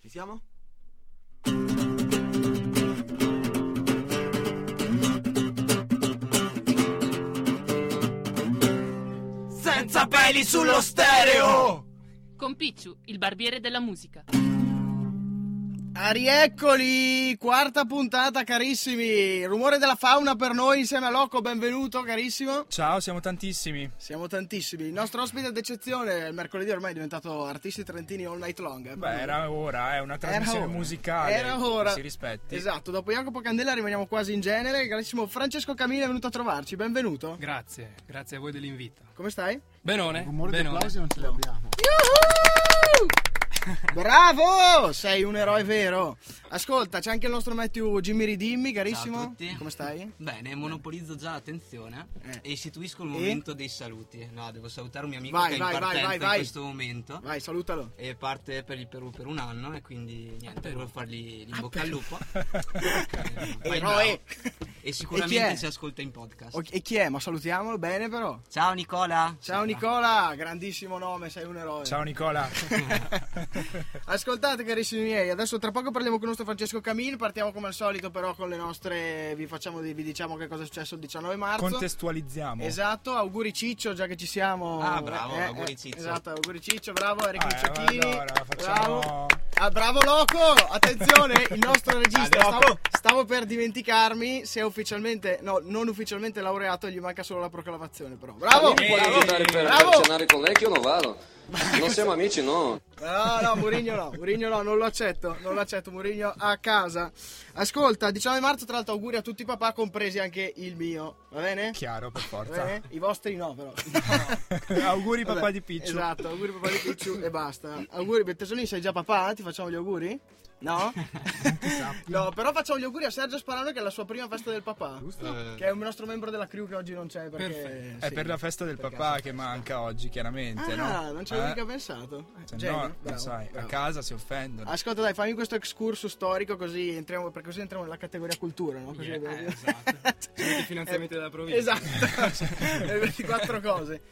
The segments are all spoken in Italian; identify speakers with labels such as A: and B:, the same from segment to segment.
A: Ci siamo? Senza peli sullo stereo!
B: Con Picciu, il barbiere della musica.
C: Arieccoli, quarta puntata carissimi, rumore della fauna per noi insieme a Loco, benvenuto carissimo.
D: Ciao, siamo tantissimi.
C: Siamo tantissimi, il nostro ospite d'eccezione il mercoledì ormai è diventato artisti trentini all night long. eh, per
D: Beh,
C: noi.
D: era ora, è una trasmissione
C: ora.
D: musicale.
C: Era ora.
D: Si rispetti.
C: Esatto, dopo Jacopo Candela rimaniamo quasi in genere, il carissimo Francesco Camino è venuto a trovarci, benvenuto.
E: Grazie, grazie a voi dell'invito.
C: Come stai?
E: Benone,
F: Rumore di
E: benone.
F: applausi non ce li abbiamo.
C: Bravo! Sei un eroe vero. Ascolta, c'è anche il nostro Matthew Jimmy Ridimmi, carissimo.
G: Ciao a tutti.
C: Come stai?
G: Bene, monopolizzo già l'attenzione
C: Eh.
G: e istituisco il
C: E?
G: momento dei saluti. No, devo salutare un mio amico
C: Vai,
G: che è
C: vai,
G: in
C: vai,
G: partenza
C: vai,
G: in
C: vai.
G: questo momento
C: Vai, salutalo.
G: e parte per il Perù per un anno e quindi niente, volevo fargli
C: Ah,
G: in bocca al lupo. Eh, vai,
C: Eroe.
G: bravo. E
C: E chi è?
G: sicuramente ci ascolta in podcast.
C: Ok, E chi è? Ma salutiamolo bene però.
G: Ciao Nicola.
C: Ciao Nicola, grandissimo nome, sei un eroe.
D: Ciao Nicola.
C: Ascoltate carissimi miei, adesso tra poco parliamo con il nostro Francesco Camil, partiamo come al solito però con le nostre, vi, facciamo, vi diciamo che cosa è successo il 19 marzo.
D: Contestualizziamo.
C: Esatto, auguri Ciccio, già che ci siamo.
G: Ah, bravo, auguri Ciccio.
C: Esatto, auguri Ciccio, bravo, Eric
D: Ah, eh,
C: Lucciachini.
D: allora, facciamo-
C: Bravo. Ah, bravo Loco! Attenzione, il nostro regista,
G: Dai, Loco.
C: stavo, stavo per dimenticarmi, se è ufficialmente, no, non ufficialmente laureato, gli manca solo la proclamazione però. Bravo!
H: Non puoi
C: bravo,
H: andare per, per
C: bravo.
H: cenare con lei che io non vado. Non siamo amici, no.
C: No, no, Murigno no, Murigno no, non lo accetto, non lo accetto, Murigno a casa. Ascolta, 19 marzo tra l'altro auguri a tutti i papà, compresi anche il mio, va bene?
D: Chiaro, per
C: Va
D: forza.
C: bene? Eh? I vostri no però.
D: Auguri papà
C: Vabbè,
D: di Picciu.
C: Esatto, auguri papà di Picciu e basta. auguri, Bettesolini, sei già papà? Ti facciamo gli auguri? No? no, però facciamo gli auguri a Sergio Sparano che è la sua prima festa del papà. Che è un nostro membro della crew che oggi non c'è perché...
D: È per la festa del papà che manca oggi, chiaramente, no?
C: Ah, non ci avevo
D: Eh,
C: mica pensato.
D: Se
C: Genio,
D: no,
C: bravo,
D: lo sai,
C: bravo.
D: a casa si offendono.
C: Ascolta, dai, fammi questo excursus storico così entriamo, perché così entriamo nella categoria cultura, no? Così
E: Yeah,
C: abbiamo-
E: eh, esatto. Tutti i finanziamenti della provincia.
C: Esatto, le 24 cose.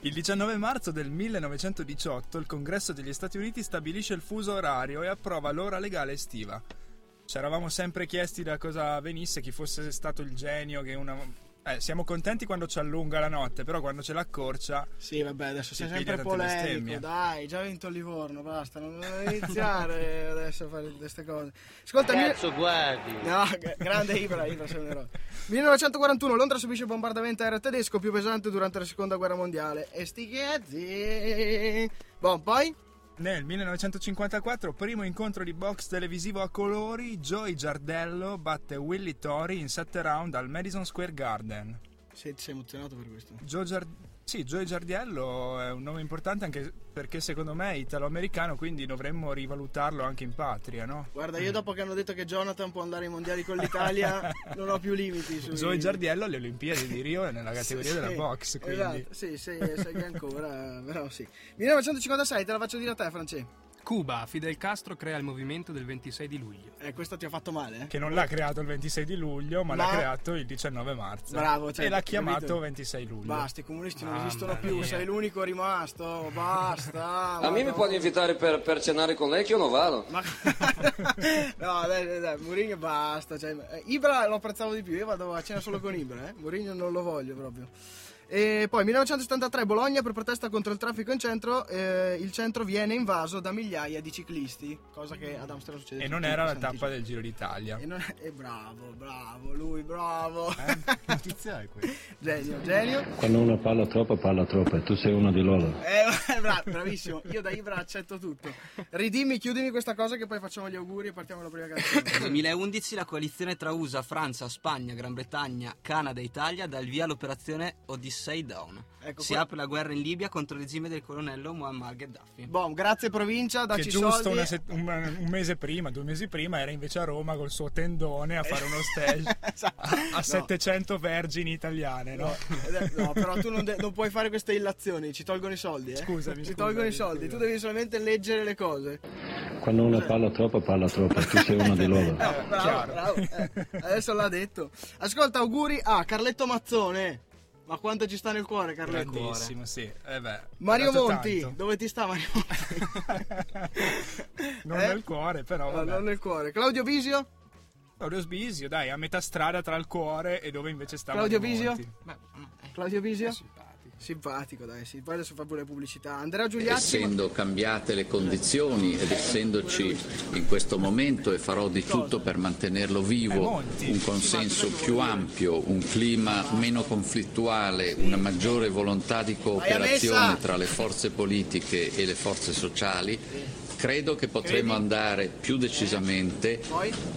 D: Il 19 marzo del 1918 il Congresso degli Stati Uniti stabilisce il fuso orario e approva l'ora legale estiva. Ci eravamo sempre chiesti da cosa venisse, chi fosse stato il genio che una... Eh, siamo contenti quando ci allunga la notte, però quando ce l'accorcia...
C: Sì, vabbè, adesso
D: Ti
C: sei
D: piglia
C: sempre
D: tante
C: polemico.
D: bestemmie.
C: Dai, già vinto il Livorno, basta, non non iniziare adesso a fare queste cose. Ascolta, mille-
I: guardi.
C: No, g- grande Ibra, Ibra sei un eroe. 1941 Londra subisce il bombardamento aereo tedesco più pesante durante la seconda guerra mondiale. E sti chiazzi. Bon, poi?
D: Nel 1954, primo incontro di box televisivo a colori, Joey Giardello batte Willy Tori in 7 round al Madison Square Garden.
C: Sei, sei emozionato per questo?
D: Joe Giar- sì, Joey Giardiello è un nome importante anche perché secondo me è italo-americano, quindi dovremmo rivalutarlo anche in patria, no?
C: Guarda, io dopo che hanno detto che Jonathan può andare ai mondiali con l'Italia, non ho più limiti. Sui...
D: Joey Giardiello alle Olimpiadi di Rio è nella categoria
C: Sì,
D: della
C: sì,
D: box, quindi
C: Esatto, sì, sì, sai che ancora, però sì. 1956, te la faccio dire a te, France.
E: Cuba, Fidel Castro crea il movimento del 26 di luglio.
C: Eh, questa ti ha fatto male, eh?
D: che non l'ha creato il 26 di luglio, ma,
C: Ma-
D: l'ha creato il 19 marzo.
C: Bravo, cioè,
D: e l'ha
C: capito?
D: chiamato 26 luglio.
C: Basta, i comunisti non
E: Mamma
C: esistono più,
E: mia.
C: sei l'unico rimasto, basta.
J: Ah,
H: A me mi
C: madonna.
H: puoi invitare per, per cenare con lei che io non vado.
C: Ma... no, dai, dai, dai, Mourinho basta. Cioè, eh, Ibra lo apprezzavo di più, io vado a cena solo con Ibra, eh. Mourinho non lo voglio proprio. E poi 1973 Bologna per protesta contro il traffico in centro, eh, il centro viene invaso da migliaia di ciclisti, cosa che ad Amsterdam succede.
D: E
C: tutti
D: non
C: i
D: era la
C: santi
D: tappa
C: giorni.
D: del Giro d'Italia.
C: E, non- e bravo, bravo, lui, bravo.
F: Eh?
D: Eh?
F: Notizia è questa.
C: genio, genio.
K: Quando uno parla troppo, parla troppo e tu sei uno di loro.
C: Eh, bra- bravissimo, io da Ibra accetto tutto. Ridimmi, chiudimi questa cosa che poi facciamo gli auguri e partiamo alla prima canzone.
G: 2011 la coalizione tra USA, Francia, Spagna, Gran Bretagna, Canada e Italia dà il via all'operazione Odyssey Down.
C: Ecco
G: si
C: qua.
G: apre la guerra in Libia contro il regime del colonnello Muammar Gheddafi.
C: Bom, Boh, grazie provincia,
D: Che
C: dacci
D: giusto
C: soldi.
D: una set- un, un mese prima, due mesi prima, era invece a Roma col suo tendone a fare uno stage
C: Esatto.
D: a, a
C: No.
D: 700 vergini italiane, no?
C: Eh, No, però tu non, de- non puoi fare queste illazioni, ci tolgono i soldi, eh.
D: Scusami,
C: Ci
D: scusami,
C: tolgono i soldi, tu
D: scusami.
C: devi solamente leggere le cose.
K: Quando uno parla troppo, parla troppo e tu sei uno di loro.
C: Eh, bravo,
D: chiaro.
C: bravo. eh, adesso l'ha detto. Ascolta, auguri a Carletto Mazzone. Ma quanto ci sta nel cuore, Carletto?
L: Grandissimo, sì. Eh beh,
C: Mario
L: dato
C: Monti,
L: tanto.
C: dove ti sta Mario Monti?
L: non
C: Eh?
L: nel cuore, però.
C: No,
L: Vabbè.
C: non nel cuore. Claudio Visio?
L: Claudio Sbisio, dai, a metà strada tra il cuore e dove invece sta
C: Claudio
L: Mario
C: Bisio?
L: Monti.
A: Beh, no, eh.
C: Claudio Visio?
L: Simpatico.
C: Simpatico, dai, sì. Poi adesso fa pure pubblicità. Andrea Giuliazzi?
I: Essendo cambiate le condizioni ed essendoci in questo momento, e farò di tutto per mantenerlo vivo, un consenso più ampio, un clima meno conflittuale, una maggiore volontà di cooperazione tra le forze politiche e le forze sociali, credo che potremo andare più decisamente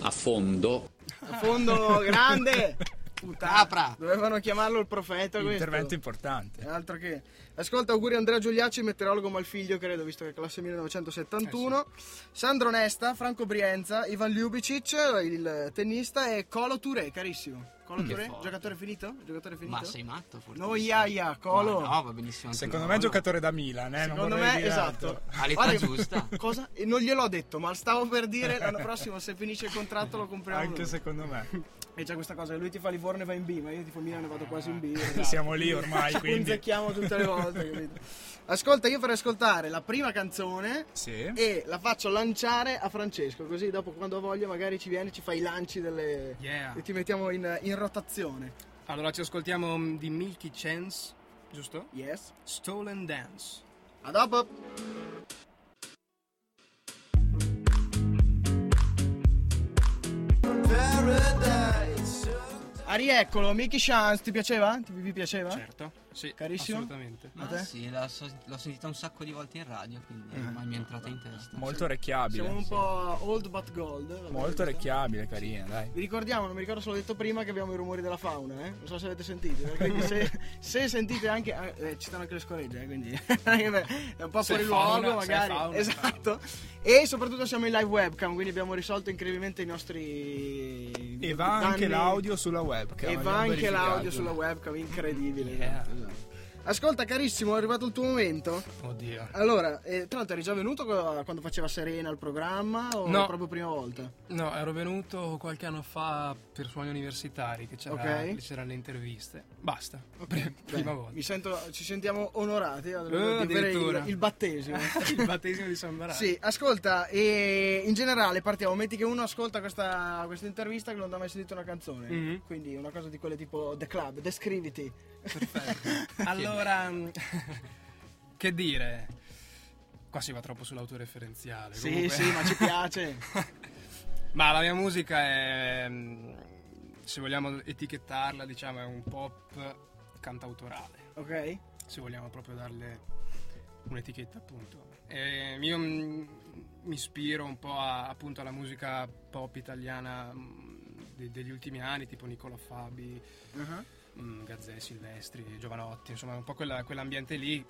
I: a fondo
C: A fondo, grande! Puttana.
A: Capra.
C: Dovevano chiamarlo il profeta questo.
L: Intervento importante.
C: E Altro che. Ascolta, auguri a Andrea Giuliacci, meteorologo malfiglio, credo, visto che è classe 1971.
A: Eh,
C: Sandro Nesta, Franco Brienza, Ivan Ljubicic, il tennista, e Colo Touré, carissimo. Colo Touré,
A: Mm. forte.
C: giocatore finito? Giocatore finito?
A: Ma sei matto? fortissimo.
C: Noiaia, Colo.
A: Ma no, va benissimo. anche
L: Secondo
A: no.
L: me, giocatore da Milan, eh? non
C: Secondo
L: vorrei
C: me,
L: dire
C: esatto.
L: altro.
A: All'età
C: Guarda che-
A: giusta.
C: Cosa? E non gliel'ho detto, ma stavo per dire l'anno prossimo, se finisce il contratto, lo compriamo.
L: Anche
C: noi.
L: secondo me.
C: E c'è questa cosa, che lui ti fa Livorno e va in B, ma io ti fa Milano e vado quasi in B. esatto.
L: Siamo lì ormai,
C: Ci
L: quindi.
C: punzecchiamo tutte le volte, capito? Ascolta, io farei ascoltare la prima canzone
L: Sì.
C: e la faccio lanciare a Francesco, così dopo quando ha voglia magari ci viene, ci fai i lanci delle...
D: Yeah.
C: e ti mettiamo in, in rotazione.
D: Allora ci ascoltiamo mm, di Milky Chance, giusto?
C: Yes?
D: Stolen Dance.
C: A dopo! Ah, rieccolo, Mickey Chance, ti piaceva? Ti, vi piaceva?
D: Certo. Sì,
C: Carissimo?
D: Assolutamente.
A: Ma
C: te?
A: Ah, sì, la so- l'ho sentita un sacco di volte in radio,
D: Eh.
A: quindi ormai mi è entrata in testa.
L: Molto orecchiabile.
C: Siamo un po' old but gold. vabbè,
L: Molto
C: questa.
L: orecchiabile, carina, dai.
C: Vi ricordiamo, non mi ricordo se l'ho detto prima, che abbiamo i rumori della fauna, eh? Non so se avete sentito. eh, Quindi se, se sentite anche... eh, eh, ci stanno anche le scoregge, eh? Quindi è un po'
D: Se
C: fuori
D: è fauna,
C: luogo,
D: se è
C: magari.
D: fauna,
C: esatto. E soprattutto siamo in live webcam, quindi abbiamo risolto incredibilmente i nostri...
L: E va anche
C: danni.
L: l'audio sulla webcam.
C: E va
L: abbiamo
C: anche
L: verificato.
C: l'audio sulla webcam, incredibile.
L: Yeah.
C: esatto, esatto. Ascolta carissimo, è arrivato il tuo momento.
D: Oddio.
C: Allora, eh, tra l'altro eri già venuto co- quando faceva Serena il programma o
D: No.
C: proprio prima volta?
D: No, ero venuto qualche anno fa per suoni universitari, che c'era,
C: Ok.
D: c'erano le interviste. Basta. Pre- prima
C: Beh,
D: volta.
C: Mi sento, ci sentiamo onorati eh,
D: Eh,
C: di avere il,
D: addirittura.
C: il battesimo.
D: Il battesimo di San Barato.
C: sì, ascolta, e in generale partiamo, metti che uno ascolta questa, questa intervista che non ha mai sentito una canzone,
D: Mhm.
C: quindi una cosa di quelle tipo The Club, descriviti.
D: Allora, mm, che dire? Qua si va troppo sull'autoreferenziale.
C: Sì,
D: comunque.
C: sì, ma ci piace.
D: Ma la mia musica è, mm, se vogliamo etichettarla, diciamo, è un pop cantautorale,
C: ok?
D: se vogliamo proprio darle un'etichetta, appunto. E io mm, mi ispiro un po' a- appunto alla musica pop italiana mm, de- degli ultimi anni, tipo Nicola Fabi,
C: Uh-huh,
D: mm, Gazzè, Silvestri, Giovanotti, insomma un po' quella- quell'ambiente lì.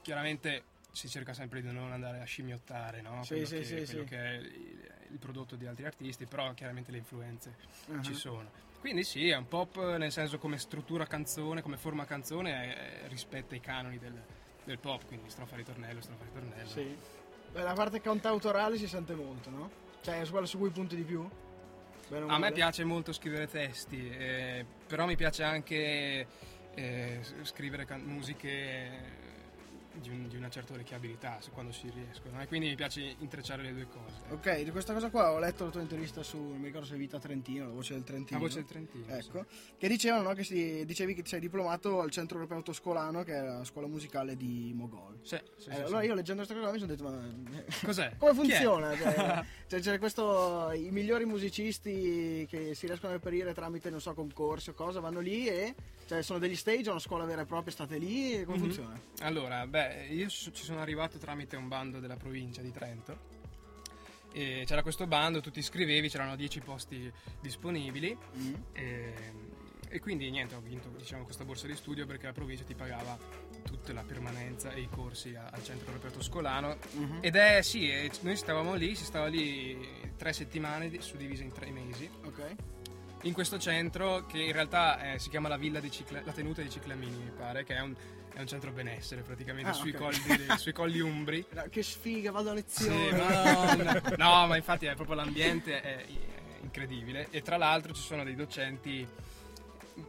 D: Chiaramente si cerca sempre di non andare a scimmiottare no?
C: Sì,
D: quello,
C: sì,
D: che,
C: sì,
D: quello
C: sì.
D: che è il, il prodotto di altri artisti, però chiaramente le influenze
C: Ah,
D: ci sono. Quindi sì, è un pop nel senso come struttura canzone, come forma canzone eh, rispetta i canoni del, del pop, quindi strofa ritornello, strofa ritornello.
C: Sì. Beh, La parte cantautorale si sente molto, no? Cioè, è quella su cui punti di più? Bene o
D: A me
C: male?
D: piace molto scrivere testi, eh, però mi piace anche eh, s- scrivere can- musiche eh, di, un- di una certa orecchiabilità se- quando si riescono. E quindi mi piace intrecciare le due cose.
C: Ok, di questa cosa qua ho letto la tua intervista su, non mi ricordo se Vita Trentino, la voce del Trentino.
D: La voce del Trentino.
C: Ecco, che dicevano no, che si- dicevi che ti sei diplomato al centro europeo toscolano, che è la scuola musicale di Mogol.
D: Sì, sì, sì,
C: Eh,
D: sì,
C: allora
D: sì.
C: io leggendo questa cosa qua mi sono detto, ma eh,
D: Cos'è?
C: come
D: Chi è?
C: funziona? Cioè, cioè, c'è questo, i migliori musicisti che si riescono a reperire tramite, non so, concorsi o cosa, vanno lì e cioè, sono degli stage, è una scuola vera e propria, state lì e come
D: Mhm.
C: funziona?
D: Allora, beh, io s- ci sono arrivato tramite un bando della provincia di Trento. E c'era questo bando, tu ti iscrivevi, c'erano 10 posti disponibili.
C: Mm.
D: E, e quindi niente, ho vinto diciamo, questa borsa di studio perché la provincia ti pagava tutta la permanenza e i corsi a- al centro europeo toscolano.
C: Mhm.
D: Ed è sì, e c- noi stavamo lì, si stava lì tre settimane di- suddivise in tre mesi,
C: Ok.
D: in questo centro che in realtà eh, si chiama la Villa di Cicla- la tenuta di Ciclamini, mi pare, che è un, è un centro benessere praticamente
C: Ah,
D: sui,
C: ok.
D: colli, sui colli umbri.
C: No, Che sfiga, vado a
D: Sì,
C: lezione.
D: madonna. no, ma eh, infatti è proprio l'ambiente è, è incredibile e tra l'altro ci sono dei docenti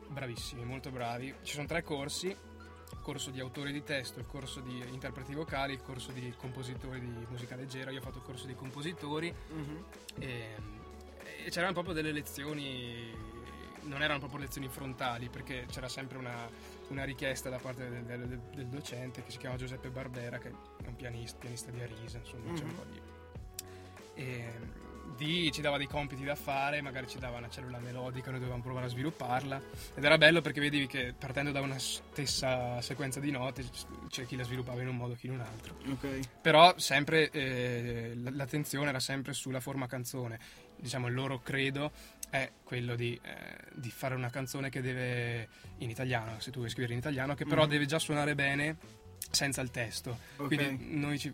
D: bravissimi, molto bravi. Ci sono tre corsi, il corso di autori di testo, il corso di interpreti vocali, il corso di compositori di musica leggera, io ho fatto il corso di compositori e, Ehm, e c'erano proprio delle lezioni, non erano proprio lezioni frontali perché c'era sempre una, una richiesta da parte del, del- del docente che si chiama Giuseppe Barbera che è un pianista, pianista di Arisa, insomma c'è
C: Mm-hmm.
D: un po' di... e, di- ci dava dei compiti da fare, magari ci dava una cellula melodica, noi dovevamo provare a svilupparla ed era bello perché vedevi che partendo da una stessa sequenza di note c- c'è chi la sviluppava in un modo, chi in un altro
C: Ok.
D: però sempre eh, l- l'attenzione era sempre sulla forma canzone diciamo il loro credo è quello di, eh, di fare una canzone che deve in italiano se tu vuoi scrivere in italiano che però
A: Mm-hmm.
C: Mhm.
D: deve già suonare bene senza il testo
C: Ok.
D: quindi noi ci,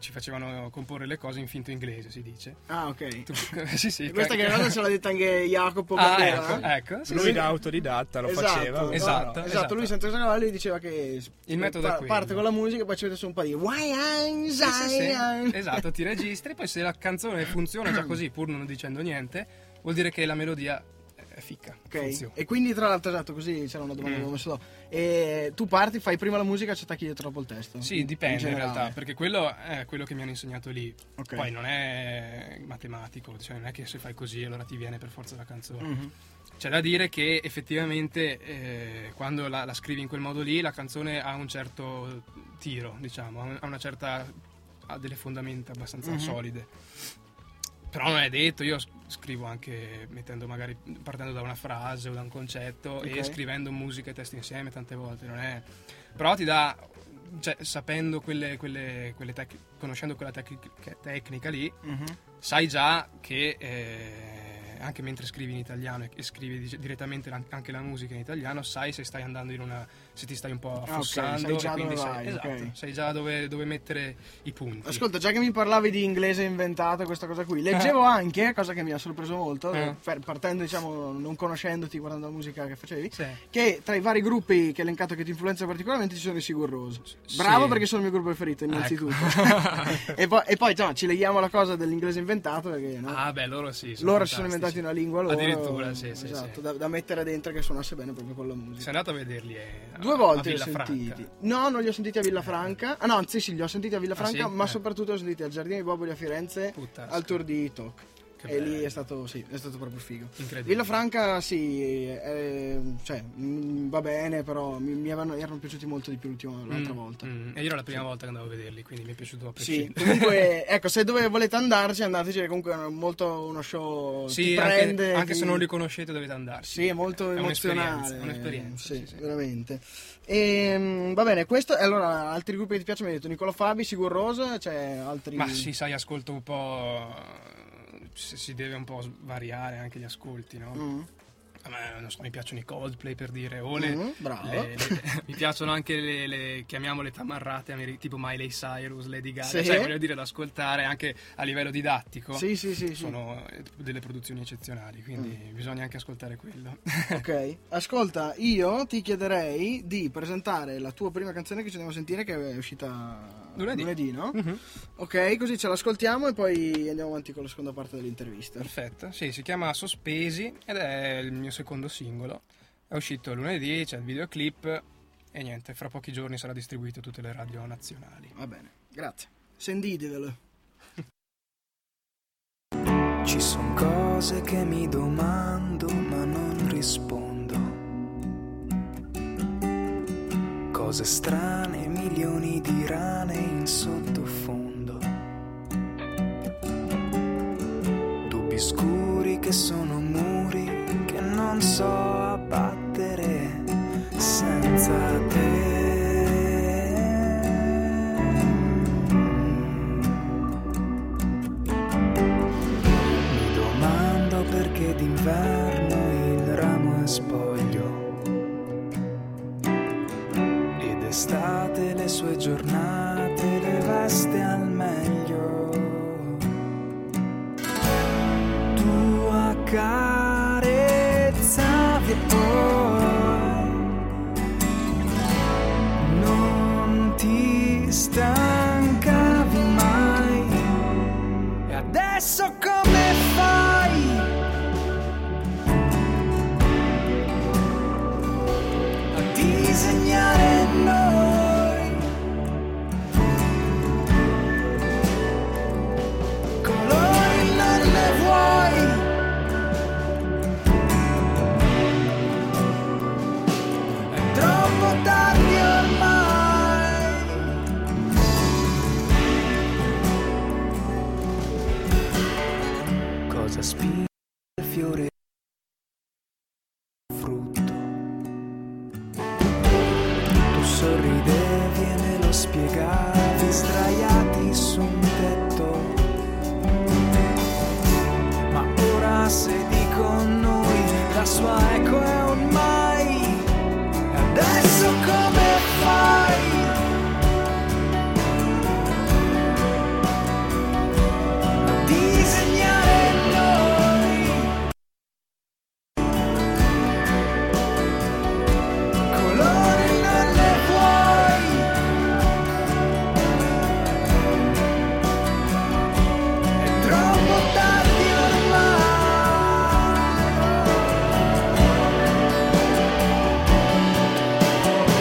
D: ci facevano comporre le cose in finto inglese si dice
C: Ah, ok.
D: Tu- sì sì
C: Questa che cosa ce l'ha detta anche Jacopo
D: ah,
C: Cabrera,
D: ecco,
C: eh?
D: ecco, sì,
M: Lui
D: sì.
M: da autodidatta lo
C: Esatto,
M: faceva.
C: no,
M: però-
D: Esatto.
C: esatto, lui senza Cavallo lui diceva che
D: Il metodo è
C: pa-
D: quello.
C: parte con la musica e poi ci mette su un po' di Why I'm
D: Sì, sì, sì.
C: Zion.
D: Esatto, ti registri, poi se la canzone funziona già così, pur non dicendo niente, vuol dire che la melodia è ficca.
C: Ok,
D: funziona.
C: E quindi tra l'altro esatto, così c'era una domanda
D: Mm.
C: che avevo messo dopo. E tu parti, fai prima la musica e ci attacchi dietro dopo il testo.
D: Sì, dipende in,
C: generale.
D: realtà, perché quello è quello che mi hanno insegnato lì.
C: Ok.
D: Poi non è matematico, cioè non è che se fai così allora ti viene per forza la canzone.
C: Mhm.
D: C'è da dire che effettivamente eh, quando la, la scrivi in quel modo lì la canzone ha un certo tiro, diciamo, ha un- ha una certa ha delle fondamenta abbastanza
C: Mhm.
D: solide. Però non è detto, io s- scrivo anche mettendo magari partendo da una frase o da un concetto e
C: Ok.
D: scrivendo musica e testi insieme tante volte, non è però ti dà cioè, sapendo quelle, quelle, quelle tec- conoscendo quella tec- tecnica lì
C: Mhm.
D: sai già che eh, anche mentre scrivi in italiano e- e scrivi dice- direttamente la- anche la musica in italiano sai se stai andando in una se ti stai un po'
C: Ah, ok,
D: affossando
C: sai già
D: e quindi
C: dove
D: sai,
C: vai,
D: esatto,
C: ok.
D: sai già dove, dove mettere i punti
C: Ascolta, già che mi parlavi di inglese inventato e questa cosa qui, leggevo anche, cosa che mi ha sorpreso molto,
D: Eh.
C: per- partendo diciamo non conoscendoti, guardando la musica che facevi,
D: Sì.
C: che tra i vari gruppi che hai elencato che ti influenzano particolarmente ci sono i Sigur Rós.
D: Sì. Ecco.
C: Bravo perché sono il mio gruppo preferito innanzitutto. e poi, e poi, no, ci leghiamo alla cosa dell'inglese inventato perché no?
D: ah beh loro sì
C: loro si sono inventati
D: fantastici.
C: una lingua loro.
D: addirittura sì sì,
C: esatto,
D: sì.
C: Da, da mettere dentro che suonasse bene proprio con la
D: sei
C: musica.
D: andato a vederli eh, a-
C: Due volte
D: a
C: li ho
D: Villa
C: sentiti.
D: Franca.
C: No, non li ho sentiti a Villafranca. Ah no, anzi sì, li ho sentiti a Villafranca,
D: sì?
C: ma
D: Eh.
C: soprattutto li ho sentiti al Giardino di Boboli a Firenze
D: Puttana,
C: al tour di Tok.
D: che
C: E lì
D: bello.
C: è stato, sì, è stato proprio figo.
D: incredibile
C: Villafranca sì, eh, cioè, mm, va bene, però mi, mi avevano- erano piaciuti molto di più l'ultima, l'altra
D: Mm,
C: volta.
D: mm. E io era la prima volta che andavo a vederli, quindi mi è piaciuto a
C: Sì,
D: prescindere.
C: comunque, ecco, se dove volete andarci, andateci, che comunque è molto uno show
D: Sì,
C: ti
D: anche,
C: prende,
D: anche
C: ti-
D: se non li conoscete dovete andarci.
C: Sì, è molto
D: È
C: emozionale.
D: un'esperienza, è un'esperienza,
C: Sì,
D: sì, sì.
C: veramente. Ehm, va bene, questo. e Allora, altri gruppi che ti piacciono, mi hai detto Nicola Fabi, Sigur Rós, c'è altri...
D: Ma sì, sai, ascolto un po'... Si si deve un po' variare anche gli ascolti, no?
C: Mm.
D: A me, non so, mi piacciono i Coldplay per dire, o le...
C: Mm, bravo.
D: le- le- mi piacciono anche le, le- chiamiamole tamarrate ameri- tipo Miley Cyrus, Lady Gaga,
C: Sì.
D: cioè voglio dire da ascoltare anche a livello didattico.
C: Sì, sì, sì, Mm. sì.
D: Sono eh, delle produzioni eccezionali, quindi bisogna anche ascoltare quello.
C: Ok, ascolta, io ti chiederei di presentare la tua prima canzone che ci andiamo a sentire, che è uscita
D: Lunedì. Mhm.
C: no? Ok, così ce l'ascoltiamo e poi andiamo avanti con la seconda parte dell'intervista.
D: Perfetto, sì, si chiama Sospesi ed è il mio secondo singolo. È uscito lunedì, c'è il videoclip e niente, fra pochi giorni sarà distribuito a tutte le radio nazionali.
C: Va bene, grazie. Sentitevelo.
A: Ci sono cose che mi domando ma non rispondo. Cose strane, milioni di rane in sottofondo. Dubbi scuri che sono muri che non so abbattere senza te. Mi domando perché d'inverno il ramo è spoglio ed estate le sue giornate le veste al meglio. Tu accarezzavi e poi non ti stancavi mai. E adesso come fai? Traspira il fiore frutto. Tu sorridevi e me lo spiegavi sdraiati su un tetto. Ma ora se dico noi, la sua eco è un mai. E adesso come fai? a Disegnare noi colori non ne vuoi è troppo tardi ormai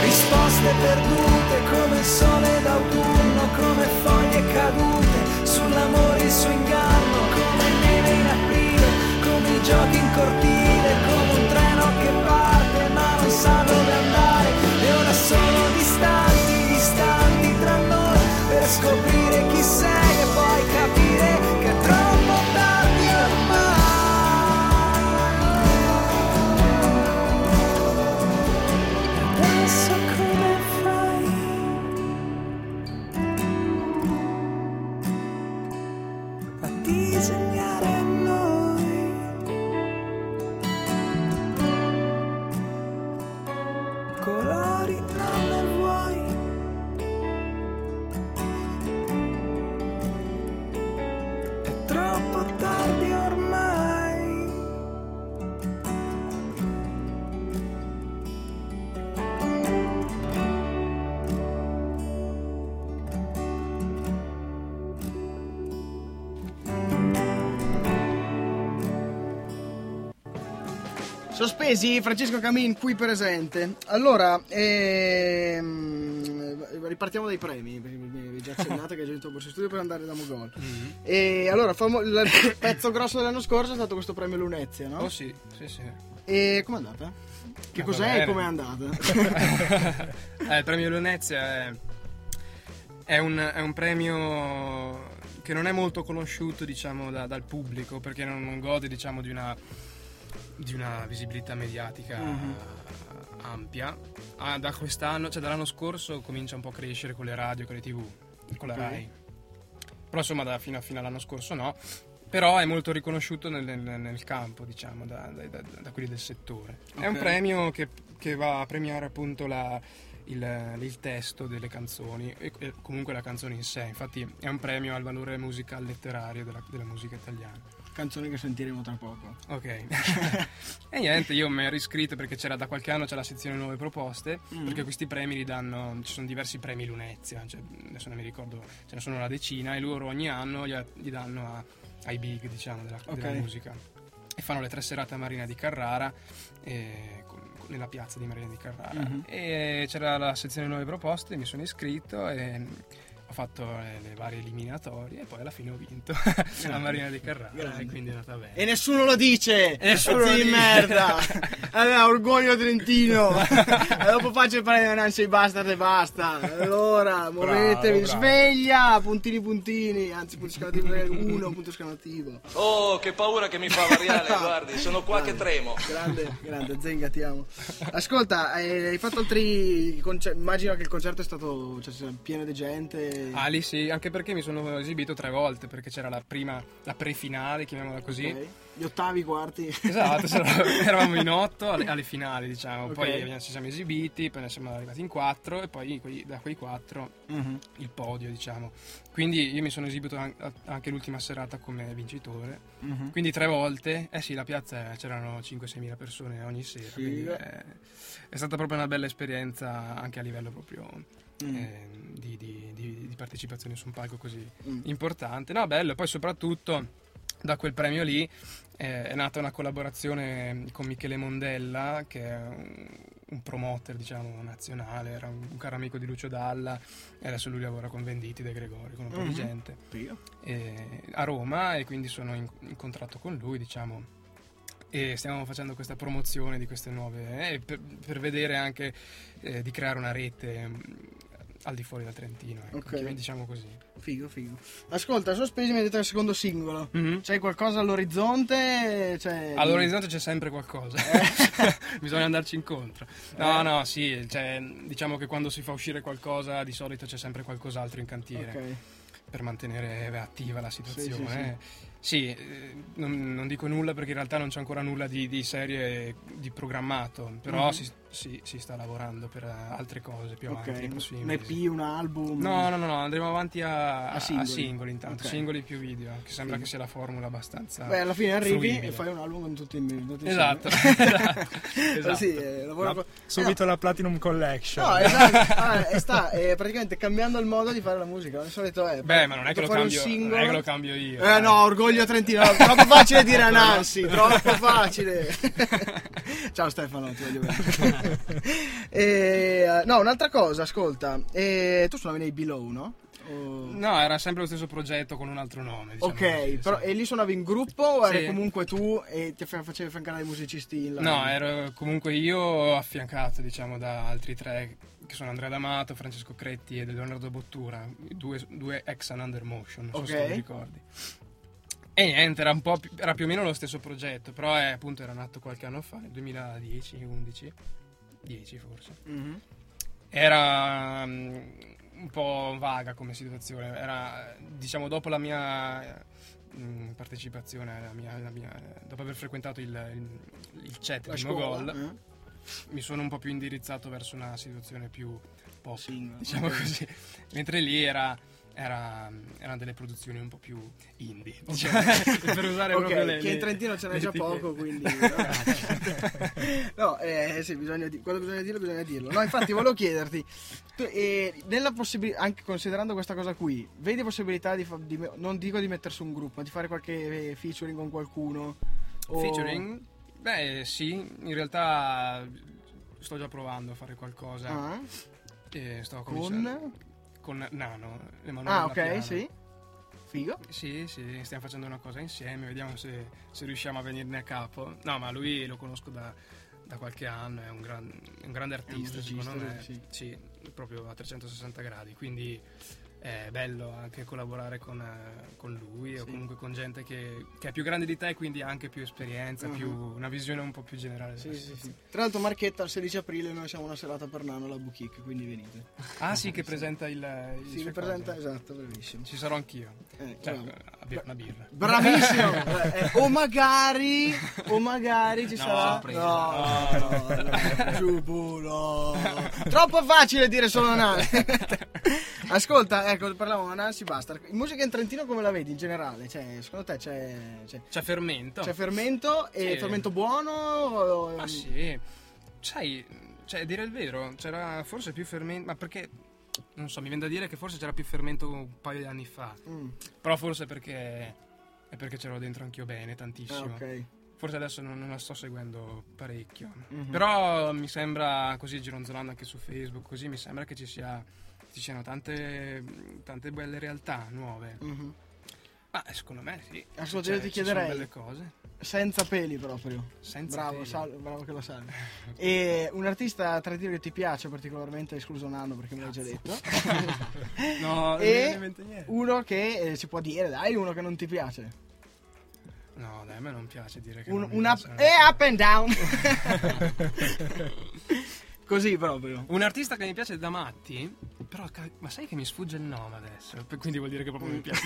A: risposte perdute come sole d'autunno come foglie cadute sull'amore il suo inganno come neve in aprile come i giochi in cortile come un treno che parte ma non sa dove andare e ora sono distanti distanti tra noi per scoprire chi sei e poi capire che è troppo tardi ormai Adesso come fai a disegnare noi colori non ne vuoi è troppo tardi ormai
C: Sospesi, Francesco Camin qui presente. Allora, ehm, ripartiamo dai premi, perché mi avevi già accennato che hai giunto a Borsa Studio per andare da Mogol.
D: Mm.
C: E allora, famo- il pezzo grosso dell'anno scorso è stato questo premio Lunezia, no?
D: Oh sì, sì, sì.
C: E com'è andata? Che
D: Ah,
C: cos'è
D: vabbè.
C: e com'è andata?
D: Eh, il premio Lunezia è, è un, è un premio che non è molto conosciuto diciamo, da- dal pubblico perché non, non gode diciamo, di, una, di una visibilità mediatica
C: Mhm.
D: eh, ampia. Ah, da quest'anno, cioè dall'anno scorso, comincia un po' a crescere con le radio, con le tv, con la
C: Ok.
D: RAI. Però insomma da- fino, a- fino all'anno scorso no. Però è molto riconosciuto nel, nel- nel campo, diciamo, da, da- da- da quelli del settore. È un
C: Ok.
D: premio che, che va a premiare appunto la- il, il testo delle canzoni e, e comunque la canzone in sé. Infatti è un premio al valore musicale letterario della, della musica italiana.
C: Canzone che sentiremo tra poco.
D: Ok. e niente, io mi ero iscritto perché c'era da qualche anno c'è la sezione nuove proposte,
C: Mm.
D: perché questi premi li danno, ci sono diversi premi Lunezia, cioè, adesso non mi ricordo, ce ne sono una decina e loro ogni anno gli, gli danno a- ai big, diciamo, della, della
C: Ok.
D: musica. E fanno le tre serate a Marina di Carrara, eh, con- con- nella piazza di Marina di Carrara.
C: Mhm.
D: E c'era la sezione nuove proposte, mi sono iscritto e mm, ho fatto eh, le varie eliminatorie e poi alla fine ho vinto a Marina di Carrara.
C: Ah, grande.
D: E quindi è andata bene.
C: E nessuno lo dice!
D: E nessuno
C: Pezzi
D: lo
C: di
D: dice.
C: merda! Allora, orgoglio trentino! e dopo faccio il premio Nancy e basta e basta! Allora, muovetevi,
N: bravo.
C: sveglia! Puntini puntini, anzi punto esclamativo 1, punto esclamativo.
J: Oh, che paura che mi fa variare, guardi, sono qua che tremo.
C: Grande, grande, Zenga, ti amo. Ascolta, eh, hai fatto altri concerti? Immagino che il concerto è stato cioè, c'era pieno di gente.
D: Ah lì sì, anche perché mi sono esibito tre volte, perché c'era la prima, la pre-finale, chiamiamola così.
C: Ok. Gli ottavi, i quarti.
D: Esatto, c'era- eravamo in otto alle, alle finali, diciamo.
C: Ok.
D: Poi abbiamo- ci siamo esibiti, poi ne siamo arrivati in quattro e poi quelli- da quei quattro
C: Mhm.
D: il podio, diciamo. Quindi io mi sono esibito an- a- anche l'ultima serata come vincitore.
C: Mhm.
D: Quindi tre volte, eh sì, la piazza eh, c'erano 5-6 mila persone ogni sera.
C: Sì.
D: quindi, eh, è stata proprio una bella esperienza anche a livello proprio
C: Mm.
D: eh, di, di- di- di partecipazione su un palco così
C: Mm.
D: importante. No, bello, e poi soprattutto da quel premio lì eh, è nata una collaborazione con Michele Mondella, che è un, un promoter, diciamo, nazionale, era un, un caro amico di Lucio Dalla e adesso lui lavora con Venditi De Gregori, con un po'
C: Mhm.
D: di gente
C: Figo.
D: eh, a Roma e quindi sono in, in contratto con lui, diciamo. E stiamo facendo questa promozione di queste nuove. eh, per, per vedere anche eh, di creare una rete mh, al di fuori dal Trentino, ecco,
C: Ok.
D: chi- diciamo così.
C: Figo, figo. Ascolta, sospesi mi hai detto il secondo singolo. C'è qualcosa all'orizzonte? Cioè...
D: Mhm. All'orizzonte c'è sempre qualcosa, bisogna andarci incontro. No,
C: Eh.
D: no, sì, cioè, diciamo che quando si fa uscire qualcosa di solito c'è sempre qualcos'altro in cantiere
C: Ok.
D: per
C: Mm.
D: mantenere attiva la situazione.
C: sì,
D: Sì, eh, non, non dico nulla perché in realtà non c'è ancora nulla di, di serie di programmato, però
C: Mhm.
D: si, si- si sta lavorando per eh, altre cose più
C: Ok,
D: avanti. nei prossimi
C: un
D: mesi.
C: EP, un album?
D: No, no, no, no, andremo avanti a,
C: A
D: a singoli.
C: singoli.
D: intanto,
C: Ok.
D: singoli più video, che sembra
C: Sì.
D: che sia la formula abbastanza...
C: Beh, alla fine arrivi
D: fruibile.
C: e fai un album con tutti i miei. tutti
D: Esatto,
C: insieme.
D: esatto, esatto.
C: Sì, eh, lavora
O: La-
C: con-
O: subito la Platinum Collection.
C: No, esatto. Ah, e sta eh, praticamente cambiando il modo di fare la musica. Di solito è.
D: Beh, ma non è che lo
C: fare un
D: cambio-
C: singolo-
D: non è che lo cambio io,
C: Eh,
D: eh.
C: no, orgoglio trentino. no, troppo facile dire a Nancy. troppo facile. Ciao Stefano, ti voglio bene. Eh, no, un'altra cosa, ascolta. Eh, tu suonavi nei Below, no? O-
D: No, era sempre lo stesso progetto con un altro nome. diciamo
C: ok,
D: così, sì.
C: però e lì suonavi in gruppo o
D: Sì.
C: eri comunque tu e ti fa- facevi affiancare i musicisti in live?
D: No, er ero comunque io affiancato, diciamo, da altri tre che sono Andrea D'Amato, Francesco Cretti e Leonardo Bottura, due, due ex an Under Motion, non so se
C: Ok.
D: ti ricordi. E niente, era, un po' pi- era più o meno lo stesso progetto, però eh, appunto era nato qualche anno fa, nel 2010, 11, 10 forse.
C: Mhm.
D: Era mm, un po' vaga come situazione, era diciamo dopo la mia mm, partecipazione, la mia- la mia- dopo aver frequentato il, il, il chat
C: La
D: primo
C: scuola,
D: gol, mi sono un po' più indirizzato verso una situazione più pop, diciamo
C: ok.
D: così, mentre lì era... era- erano delle produzioni un po' più indie
C: Ok.
D: diciamo, per usare
C: Ok,
D: proprio le,
C: che in
D: le-
C: Trentino ce n'è
D: le Ah,
C: già
D: certo. etichette.
C: poco quindi no eh, sì bisogna di- quando bisogna dirlo bisogna dirlo no infatti volevo chiederti tu, eh, nella possibil- anche considerando questa cosa qui vedi possibilità di, fa- di me- non dico di mettere su un gruppo ma di fare qualche eh, featuring con qualcuno O-
D: Featuring? Beh, sì, in realtà sto già provando a fare qualcosa.
C: Ah.
D: E sto
C: con
D: cominciando- Con Nano. Emanuele
C: ah ok
D: Lapiana.
C: sì figo
D: Sì, sì, stiamo facendo una cosa insieme, vediamo se, se riusciamo a venirne a capo. No, ma lui lo conosco da, da qualche anno, è un, gran- un grande artista,
C: musicista,
D: secondo me.
C: sì.
D: Sì, proprio a 360 gradi, quindi è bello anche collaborare con, eh, con lui o
C: Sì.
D: comunque con gente che, che è più grande di te e quindi ha anche più esperienza,
C: Mhm.
D: più- una visione un po' più generale.
C: Sì,
D: della
C: sì, sì.
D: situazione.
C: tra l'altro Marchetta il 16 aprile noi siamo una serata per Nano alla Bukic quindi venite
D: Ah sì, che presenta il... il
C: si
D: suo
C: ripresenta
D: quadro.
C: esatto bravissimo
D: Ci sarò anch'io.
C: Eh,
D: Cioè,
C: bravo.
D: a bere una birra.
C: Bravissimo! Eh, eh, o magari, o magari ci
D: No,
C: sarà.
D: sorpresa.
C: No, no, no, giù, bu, no. Troppo facile dire solo Nancy. Ascolta, ecco, parlavamo di Nancy Basta. In musica in Trentino come la vedi in generale? Cioè, secondo te c'è, c'è-
D: C'è fermento.
C: c'è fermento? E
D: Sì.
C: fermento buono? o-
D: Ma sì, sai, cioè, a dire il vero, c'era forse più fermento, ma perché, non so, mi viene da dire che forse c'era più fermento un paio di anni fa,
C: Mm,
D: però forse perché, è perché c'ero dentro anch'io bene,
C: ah,
D: tantissimo.
C: ok.
D: Forse adesso non, non la sto seguendo parecchio,
C: Mhm.
D: però mi sembra, così gironzolando anche su Facebook, così mi sembra che ci, sia, ci siano tante, tante belle realtà nuove.
C: Mhm.
D: Ma eh, secondo me sì. Cioè,
C: Ascolta, io ti
D: ci sono
C: chiederei-
D: belle cose.
C: Senza peli proprio.
D: Senza
C: bravo,
D: peli.
C: sal- bravo che lo salvi. E un artista tra che ti piace particolarmente, escluso Nano perché me l'hai già detto.
D: No, non mi viene in
C: e
D: mente niente.
C: uno che eh, si può dire, dai, uno che non ti piace.
D: No, dai, a me non piace dire che
C: Un,
D: non mi
C: un up,
D: piacciono le
C: e
D: cose.
C: up and down. Così proprio.
D: Un artista che mi piace da matti, però ca- ma sai che mi sfugge il nome adesso, Per- quindi vuol dire che proprio mi piace.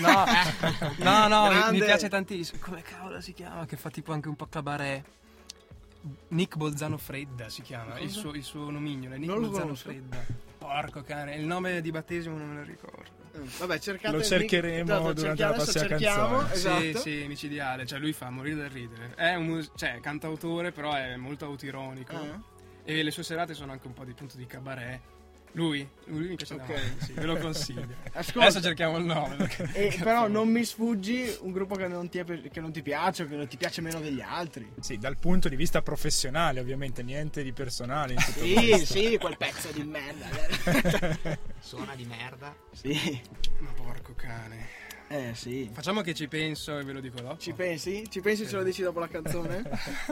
D: No, no, no, mi- mi,
C: Grande.
D: piace tantissimo. Come cavolo si chiama? Che fa tipo anche un po' cabaret. Nick Bolzano Fredda si chiama, il
C: Cosa?
D: suo, il suo nomignolo è Nick
C: Non lo
D: Bolzano
C: conosco.
D: Fredda. Porco cane, il nome di battesimo non me lo ricordo.
C: Eh, Vabbè, cercate
O: Lo
C: il
O: cercheremo
C: Nick- Esatto,
O: durante
C: cerchiamo-
O: la prossima
C: adesso cerchiamo,
O: canzone.
C: Esatto.
D: Sì, sì, micidiale, cioè lui fa morire dal ridere. È un mus- cioè, cantautore, però è molto autironico.
C: Ah.
D: E le sue serate sono anche un po' di punto di cabaret. Lui, lui mi piace
C: Ok.
D: tanto, sì, ve lo consiglio.
C: Ascolta.
D: Adesso cerchiamo il nome. perché-
C: Eh. E però non mi sfuggi un gruppo che non, ti è pi- che non ti piace o che non ti piace meno degli altri.
O: Sì, dal punto di vista professionale, ovviamente, niente di personale. In tutto
C: Sì,
O: questo.
C: sì, quel pezzo di merda.
E: Suona di merda.
C: sì.
D: Ma porco cane.
C: Eh sì.
E: Facciamo che ci penso e ve lo dico dopo.
C: Ci pensi? Ci pensi e ce lo dici dopo la canzone?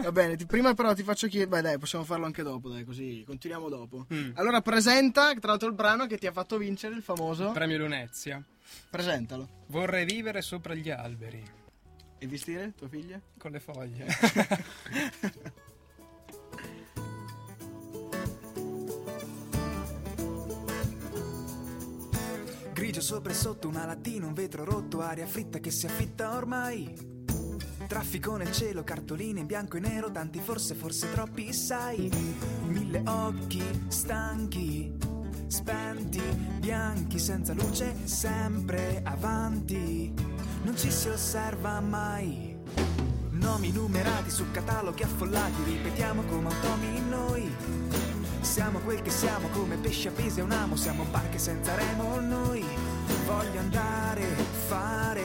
C: Va bene, ti- prima però ti faccio chiedere. Beh, dai, possiamo farlo anche dopo, dai, così continuiamo dopo. Allora, presenta, tra l'altro, il brano che ti ha fatto vincere il famoso.
E: Premio Lunezia.
C: Presentalo.
E: Vorrei vivere sopra gli alberi.
C: E vestire tua figlia?
E: Con le foglie.
D: Grigio sopra e sotto, una lattina, un vetro rotto, aria fritta che si affitta ormai. Traffico nel cielo, cartoline in bianco e nero, tanti forse, forse troppi, sai. Mille occhi stanchi, spenti, bianchi, senza luce, sempre avanti. Non ci si osserva mai. Nomi numerati su cataloghi affollati, ripetiamo come automi noi. Siamo quel che siamo, come pesci appesi a un amo, siamo barche senza remo noi. Voglio andare, fare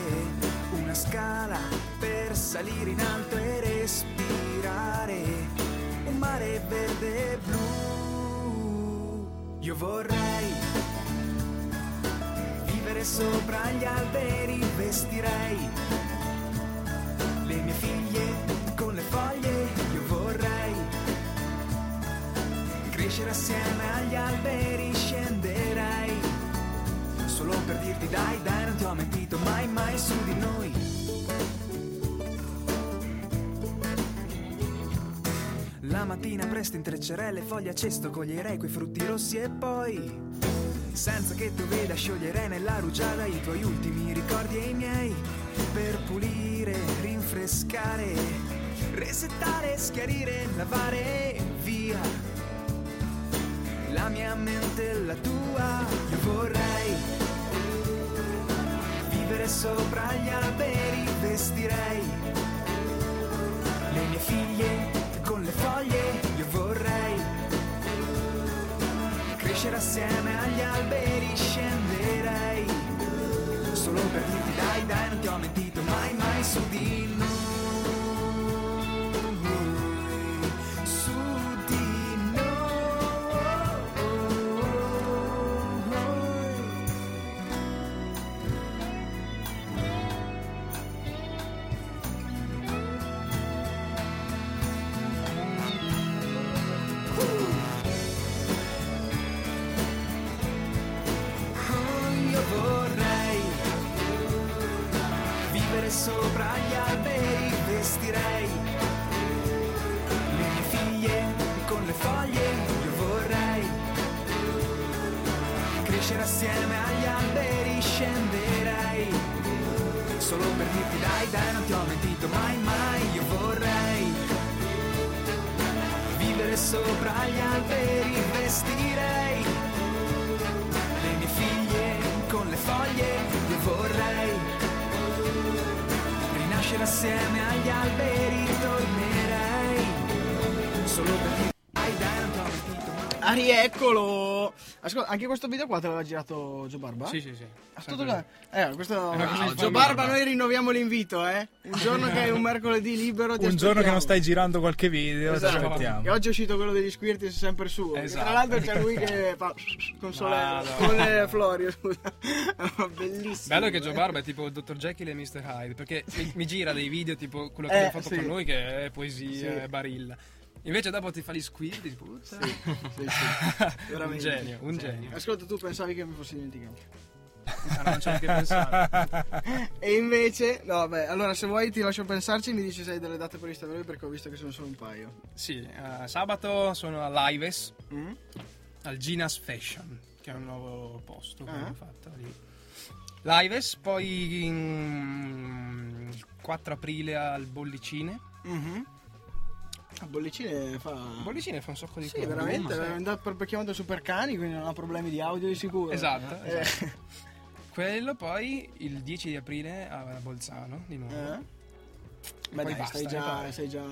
D: una scala per salire in alto e respirare un mare verde e blu. Io vorrei vivere sopra gli alberi, vestirei le mie figlie con le foglie, io vorrei crescere assieme agli alberi scenderai solo per dirti dai dai non ti ho mentito mai mai su di noi la mattina presto intreccerei le foglie a cesto coglierei quei frutti rossi e poi senza che tu veda scioglierei nella rugiada i tuoi ultimi ricordi e i miei per pulire, rinfrescare, resettare, schiarire, lavare e via la mia mente e la tua. Io vorrei vivere sopra gli alberi, vestirei le mie figlie con le foglie. Io vorrei crescere assieme agli alberi, scenderei solo per dirti dai dai non ti ho mentito mai mai su di noi. Su di noi. Oh, io vorrei vivere sopra gli alberi, vestirei le mie figlie con le foglie, io vorrei crescere assieme agli alberi, scenderei solo per dirti dai dai non ti ho mentito mai mai, io vorrei vivere sopra gli alberi, vestirei le mie figlie con le foglie io vorrei rinascere assieme agli alberi tornerei solo per dire ai dai non ti ho mentito mai.
C: Ah, rieccolo! Ascolta, anche questo video qua te l'aveva girato Gio Barba?
E: Sì, sì, sì.
C: Ascolta, guarda. eh, questo...
E: una cosa
C: Wow,
E: di
C: Gio
E: famiglia.
C: Barba, noi rinnoviamo l'invito, eh? Un giorno che hai un mercoledì libero ti
P: Un giorno che non
C: aspettiamo.
P: stai girando qualche video,
C: Esatto.
P: ti aspettiamo.
C: E oggi è uscito quello degli squirti, è sempre suo.
P: Esatto.
C: Tra l'altro c'è lui che fa con Solera,
E: Vado.
C: con eh, Florio, scusa. Bellissimo.
E: Bello che Joe Barba è tipo Dr. Jekyll e Mr. Hyde, perché mi, mi gira dei video tipo quello che
C: Eh,
E: abbiamo fatto
C: sì.
E: con noi, che è poesia,
C: Sì.
E: è barilla. Invece dopo ti fa gli squilli, tipo, "Puzza".
C: Sì, sì.
E: un
C: Veramente.
E: genio, un genio.
C: Ascolta, tu pensavi che mi fossi dimenticato.
E: Ah, non c'ho anche pensato.
C: E invece, no, beh, allora se vuoi ti lascio pensarci, mi dici se hai delle date previste per lui perché ho visto che sono solo un paio.
E: Sì, eh, sabato sono a Lives,
C: Mm?
E: al Ginas Fashion, che è un nuovo posto che
C: Ah.
E: abbiamo fatto lì. Lives, poi mm, il 4 aprile al Bollicine.
C: Mhm. A bollicine fa...
E: Bollicine fa un sacco di
C: sì,
E: cose.
C: veramente, eh.
E: Sì.
C: è andato per per chiamato Supercani, quindi non ha problemi di audio di sicuro.
E: Esatto,
C: Eh,
E: Quello poi il 10 di aprile a Bolzano di nuovo.
C: eh. Beh,
E: Poi
C: dai,
E: basta,
C: stai,
E: mi
C: già,
E: pare.
C: stai già...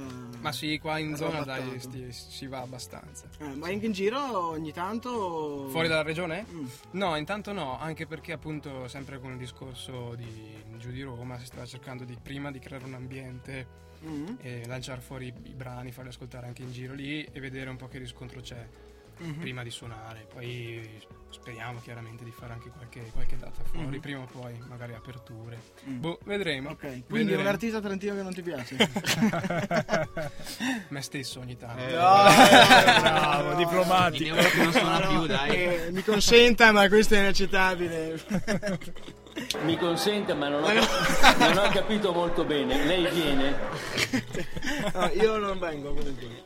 E: Ma sì, qua in zona
C: Arrabattato.
E: dai, sti- si va abbastanza.
C: Eh, ma anche in giro ogni tanto...
E: Fuori dalla regione?
C: Mm.
E: No, intanto no, anche perché appunto sempre con il discorso di giù di Roma si stava cercando di prima di creare un ambiente
C: Mm.
E: e lanciare fuori i brani, farli ascoltare anche in giro lì e vedere un po' che riscontro c'è.
C: Mhm.
E: prima di suonare. Poi speriamo chiaramente di fare anche qualche, qualche data fuori,
C: Mhm.
E: prima o poi, magari aperture.
C: Mm.
E: Boh, vedremo.
C: Ok, quindi è un artista trentino che non ti piace.
E: Me stesso ogni tanto.
C: Eh,
E: bravo,
C: no,
E: diplomatico.
C: no, no, eh, mi consenta, ma questo è inaccettabile.
Q: Mi consenta, ma non ho, non ho capito molto bene. Lei viene?
C: No, io non vengo comunque.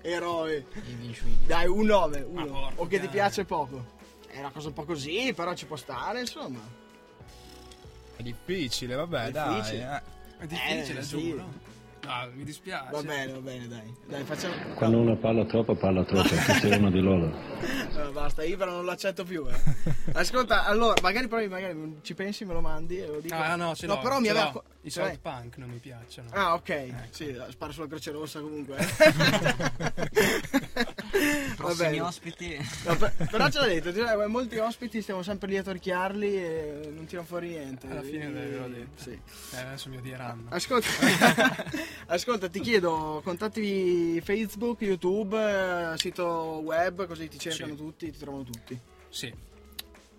C: Eroe. Dai, un nome, uno. o che ti piace poco. È una cosa un po' così, però ci può stare, insomma.
D: È difficile, vabbè,
C: Difficile.
D: dai. eh.
E: È difficile,
C: Eh, sì.
E: giuro. No, mi dispiace.
C: Va bene, va bene, dai. Dai, facciamo.
K: Quando una parla troppo, parla troppo. Tu sei una di loro.
C: Eh, basta, Ibra non l'accetto più. eh. Ascolta, allora, magari poi magari ci pensi, me lo mandi e lo dico.
E: Ah, no, ce l'ho.
C: però mi
E: ce
C: aveva.
E: l'ho. I
C: ce l'hai?
E: South Punk non mi piacciono.
C: Ah, ok. Sì, sparo sulla Croce Rossa comunque. eh. Va
G: Prossimi
C: bene.
G: ospiti.
C: No, per- però ce l'ho detto, ce l'ho- molti ospiti stiamo sempre lì a torchiarli e non tirano fuori niente.
E: Alla fine
C: Quindi-
E: ve l'ho detto.
C: Sì.
E: Eh, adesso mi odieranno.
C: Ascolta, ascolta, ti chiedo contatti Facebook, YouTube, eh, sito web, così ti cercano tutti, ti trovano tutti.
E: Sì.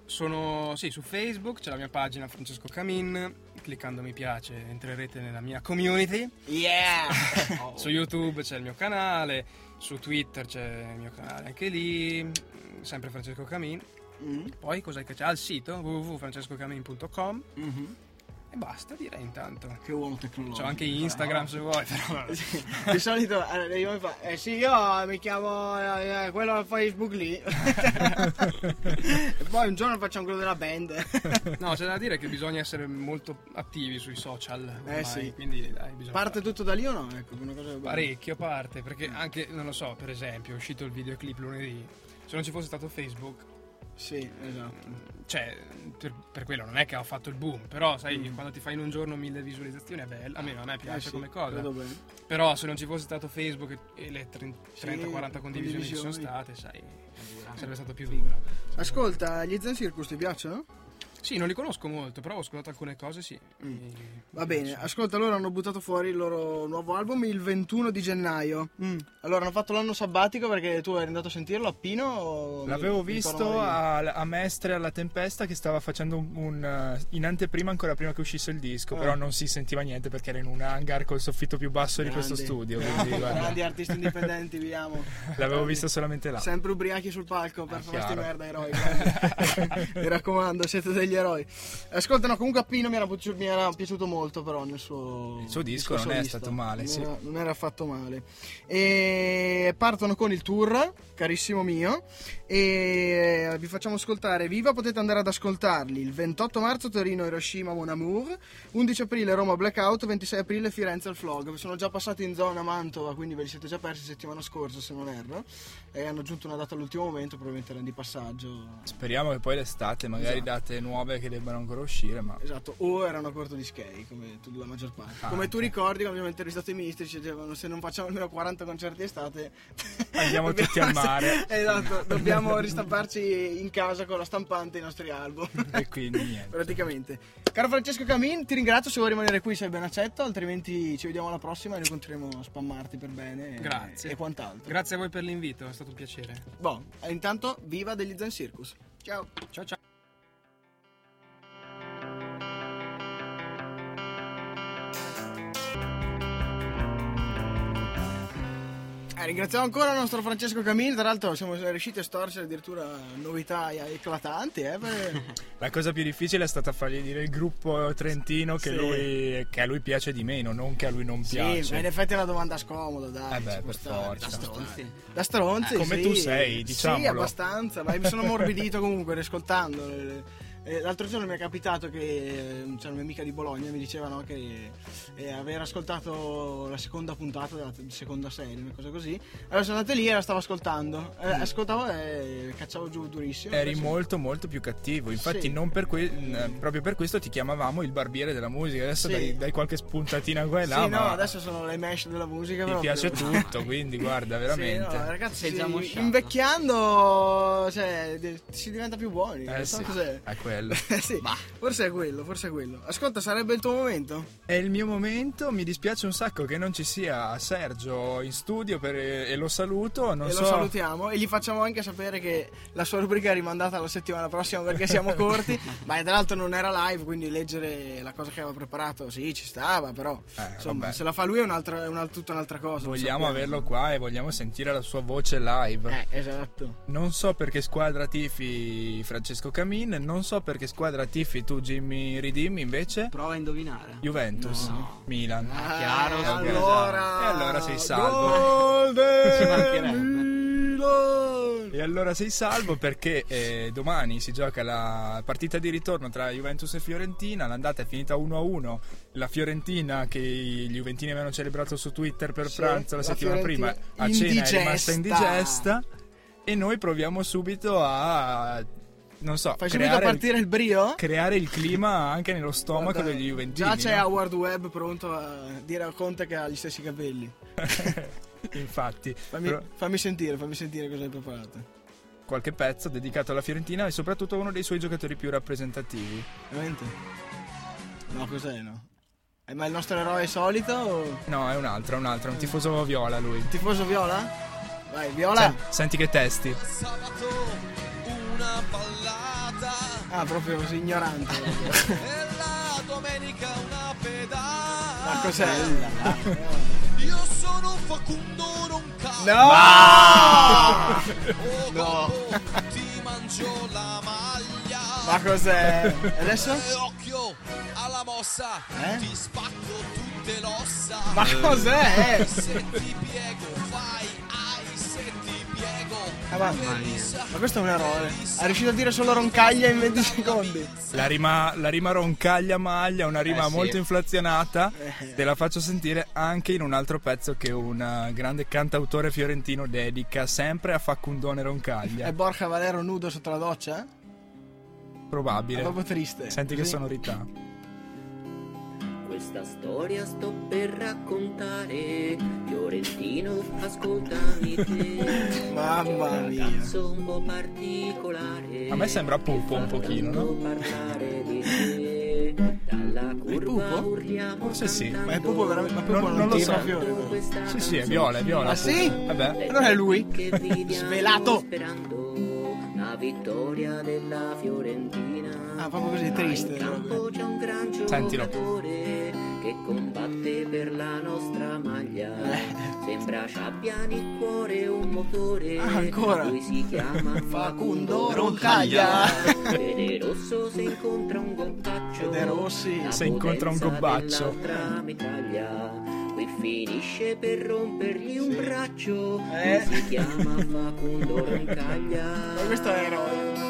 E: Sono sì, su Facebook, c'è la mia pagina Francesco Camin. Cliccando mi piace entrerete nella mia community.
C: Yeah!
E: su YouTube c'è il mio canale, su Twitter c'è il mio canale anche lì, sempre Francesco Camin. Poi cos'è che c'è? Al sito www.francescocamin.com e basta direi intanto.
C: Che uomo tecnologico.
E: C'ho anche Instagram se vuoi, però.
C: Di solito eh, arriva e fa, eh sì, io mi chiamo eh, eh, quello al Facebook lì. e poi un giorno facciamo quello della band.
E: No, c'è da dire che bisogna essere molto attivi sui social.
C: Eh,
E: ormai,
C: sì.
E: Quindi dai, bisogna
C: Parte tutto da lì o no? Ecco, una cosa
E: parecchio parte perché anche non lo so per esempio è uscito il videoclip lunedì se non ci fosse stato Facebook
C: sì esatto
E: cioè per, per quello non è che ho fatto il boom però sai quando ti fai in un giorno mille visualizzazioni è bello almeno a me piace
C: Mm. Eh sì,
E: come cosa
C: credo bene.
E: però se non ci fosse stato Facebook e, e le 30-40
C: Sì,
E: condivisioni che ci sono state
C: condivisioni.
E: sai sarebbe stato più dura
C: Ascolta, gli Zen Circus ti piacciono?
E: sì non li conosco molto però ho ascoltato alcune cose sì
C: Mm.
E: Mi-
C: Va bene, ascolta, loro hanno buttato fuori il loro nuovo album il 21 di gennaio.
E: Mm.
C: Allora hanno fatto l'anno sabbatico perché tu eri andato a sentirlo a Pino? o-
D: L'avevo
C: mi- mi
D: visto
C: torno io?
D: a, a Mestre alla Tempesta che stava facendo un, un, eh, in anteprima ancora prima che uscisse il disco,
C: Ah.
D: però non si sentiva niente perché era in un hangar col soffitto più basso di questo
C: Grandi.
D: studio, quindi guarda,
C: Grandi artisti indipendenti, vi amo.
D: l'avevo visto solamente là.
C: Sempre ubriachi sul palco per fare sti
D: chiaro.
C: merda eroi. guarda. mi raccomando, siete degli eroi. Ascolta, no, comunque a Pino mi era, piaciuto- mi era piaciuto molto però nel suo...
D: Il suo disco non è
C: solista.
D: stato male,
C: Non
D: sì.
C: era- non era affatto male. E partono con il tour, carissimo mio, e eh, vi facciamo ascoltare Viva, potete andare ad ascoltarli il 28 marzo Torino Hiroshima Mon Amour, 11 aprile Roma Blackout, 26 aprile Firenze al Flog. Sono già passati in zona Mantova, quindi ve li siete già persi settimana scorsa se non erro, e hanno aggiunto una data all'ultimo momento, probabilmente erano di passaggio.
D: Speriamo che poi l'estate magari
C: Esatto.
D: date nuove che debbano ancora uscire, ma
C: Esatto, o erano a corto di skate, come tu- la maggior parte.
D: Ah,
C: come tu ricordi, quando abbiamo intervistato i ministri, ci dicevano se non facciamo almeno 40 concerti estate...
D: andiamo
C: dobbiamo
D: tutti al mare
C: essere- Esatto, dobbiamo ristamparci in casa con la stampante i nostri album.
D: e quindi niente.
C: Praticamente. Caro Francesco Camin, ti ringrazio se vuoi rimanere qui, sei ben accetto, altrimenti ci vediamo alla prossima e noi continueremo a spammarti per bene. e-
E: Grazie.
C: E quant'altro.
E: grazie a voi per l'invito è stato un piacere
C: Boh, e intanto viva degli Zen Circus. Ciao.
E: ciao ciao
C: Eh, ringraziamo ancora il nostro Francesco Camin, tra l'altro siamo riusciti a storcere addirittura novità eclatanti, eh, per-
D: La cosa più difficile è stata fargli dire il gruppo trentino che,
C: Sì.
D: lui, che a lui piace di meno, non che a lui non piace.
C: Sì, ma in effetti è una domanda scomoda, dai.
D: Eh beh,
C: ci può
D: per
C: stare, ci
D: forza.
C: può
D: Da
C: stare.
G: stronzi.
C: Da stronzi,
D: Eh, come
C: sì.
D: tu sei,
C: Sì,
D: diciamolo.
C: abbastanza, ma mi sono morbidito comunque riascoltando. Eh, L'altro giorno mi è capitato che eh, c'era un'amica di Bologna mi diceva no, che eh, aveva ascoltato la seconda puntata della t- seconda serie, una cosa così. Allora sono andato lì e la stavo ascoltando. Eh, Ascoltavo e cacciavo giù durissimo.
D: Mm. Eri
C: Adesso-
D: molto molto più cattivo, infatti
C: Sì.
D: non per que- n- proprio per questo ti chiamavamo il barbiere della musica, adesso
C: Sì.
D: dai, dai qualche spuntatina qua e là,
C: Sì,
D: ma
C: no, adesso sono le mesh della musica.
D: ti
C: proprio.
D: piace tutto, quindi guarda veramente.
C: Sì, no, ragazzi,
G: Sei già
C: sì,
G: mosciato.
C: invecchiando cioè, de- si diventa più buoni. non
D: eh
C: so
D: sì,
C: cos'è. Eh,
D: è quello. bello.
C: sì, forse è quello, forse è quello. Ascolta, sarebbe il tuo momento?
D: È il mio momento, mi dispiace un sacco che non ci sia Sergio in studio per- e lo saluto. Non
C: e
D: so,
C: lo salutiamo e gli facciamo anche sapere che la sua rubrica è rimandata alla settimana prossima perché siamo corti. ma tra l'altro non era live, quindi leggere la cosa che aveva preparato, sì, ci stava, però insomma,
D: Eh, vabbè.
C: se la fa lui è, un'altra, è una- tutta un'altra cosa. lo
D: Vogliamo
C: sappiamo.
D: averlo qua e vogliamo sentire la sua voce live.
C: Eh, esatto.
D: Non so perché squadra tifi Francesco Camin, non so perché squadra tifi tu Jimmy Ridimmi invece.
G: Prova a indovinare.
D: Juventus, Milan.
G: Ah, chiaro,
D: Eh,
G: scusa.
D: allora- E allora sei salvo.
C: Golden
D: Ci E allora sei salvo perché eh, domani si gioca la partita di ritorno tra Juventus e Fiorentina. L'andata è finita 1-1. La Fiorentina, che i- gli Juventini avevano celebrato su Twitter per
C: Sì,
D: pranzo la,
C: la
D: settimana prima,
C: Fiorentina
D: a cena è rimasta
C: indigesta.
D: indigesta. E noi proviamo subito a. Non so,
C: Fai subito
D: creare,
C: partire il brio?
D: creare il clima anche nello stomaco
C: Guarda,
D: degli Juventini.
C: Già c'è
D: no?
C: Howard Webb pronto a dire a Conte che ha gli stessi capelli.
D: Infatti,
C: Fammi,
D: Però-
C: fammi sentire, fammi sentire cosa hai preparato.
D: qualche pezzo dedicato alla Fiorentina e soprattutto a uno dei suoi giocatori più rappresentativi.
C: Veramente? No, cos'è no? Eh, ma il nostro eroe solito o
D: No, è un altro, è un altro, è un tifoso viola lui.
C: tifoso viola? Vai, viola!
D: Sen- senti che testi.
C: Ah, proprio così ignorante.
A: La domenica una pedata.
C: Ma cos'è?
A: Io sono un facundo, non cazzo.
C: No! No.
A: Oh, Gobbo, Ti mangio la maglia.
C: Ma cos'è? E adesso?
A: E occhio alla mossa.
C: Eh?
A: Ti spacco tutte l'ossa.
C: Ma cos'è?
D: Eh.
A: Se ti piego, fai ai se ti piego.
C: Ah, ma, ma questo è un eroe. Ha riuscito a dire solo roncaglia in 20 secondi.
D: La rima, la rima roncaglia maglia, una rima
C: Eh, sì. Eh.
D: molto inflazionata. Te la faccio sentire anche in un altro pezzo che un eh, grande cantautore fiorentino dedica sempre a Facundone Roncaglia.
C: È Borja Valero nudo sotto la doccia?
D: Probabile.
C: È proprio triste.
D: Senti che
C: Sì.
D: sonorità.
J: Questa storia sto per raccontare. Fiorentino, ascoltami te.
C: Mamma mia.
J: Un ragazzo un po' particolare.
D: A me sembra pupo un pochino, no?
J: Parlare di te. Dalla curva urliamo.
D: Forse sì.
J: Ma
C: è Pupo veramente. Ma Pupo
D: Non, non lo
C: ti
D: so.
C: fa fiore, però.
D: Sì, sì, è viola, è viola.
C: Ah, sì?
D: Pupo. Eh Vabbè.
C: Allora è lui.
J: Svelato. Sperando la vittoria della Fiorentina.
C: Ah, proprio così triste.
J: Poi c'è un gran
C: Sentilo.
J: giocatore che combatte per la nostra maglia. Sembra ci abbia nel cuore un motore.
C: Ah, ancora?
J: Lui si chiama Facundo
C: Roncaglia.
J: E De Rosso se incontra un gobbaccio.
C: Cioè, De Rossi.
J: La
D: Se incontra un
J: potenza
D: gobbaccio.
J: dell'altra Mitraglia. Qui finisce per rompergli un braccio.
C: Eh.
J: Lui si chiama Facundo Roncaglia.
C: Ma questo è eroe.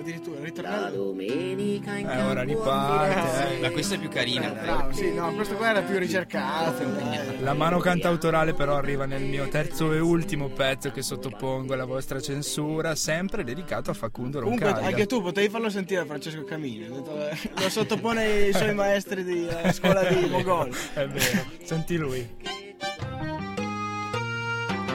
C: Addirittura, il
J: La
C: ritornello.
J: domenica in
D: Eh, ora
J: campo
D: riparte. eh.
R: Ma questa è più carina. dai.
C: Bravo, sì, no, questo qua era più
J: Eh.
C: ricercato. dai.
D: La mano cantautorale però arriva nel mio terzo e ultimo pezzo che sottopongo alla vostra censura, sempre dedicato a Facundo
C: Comunque,
D: Roncaglia.
C: anche tu potevi farlo sentire a Francesco Camini. ha detto, eh, Lo sottopone ai suoi maestri di eh, scuola di Mogol.
D: È vero, senti lui.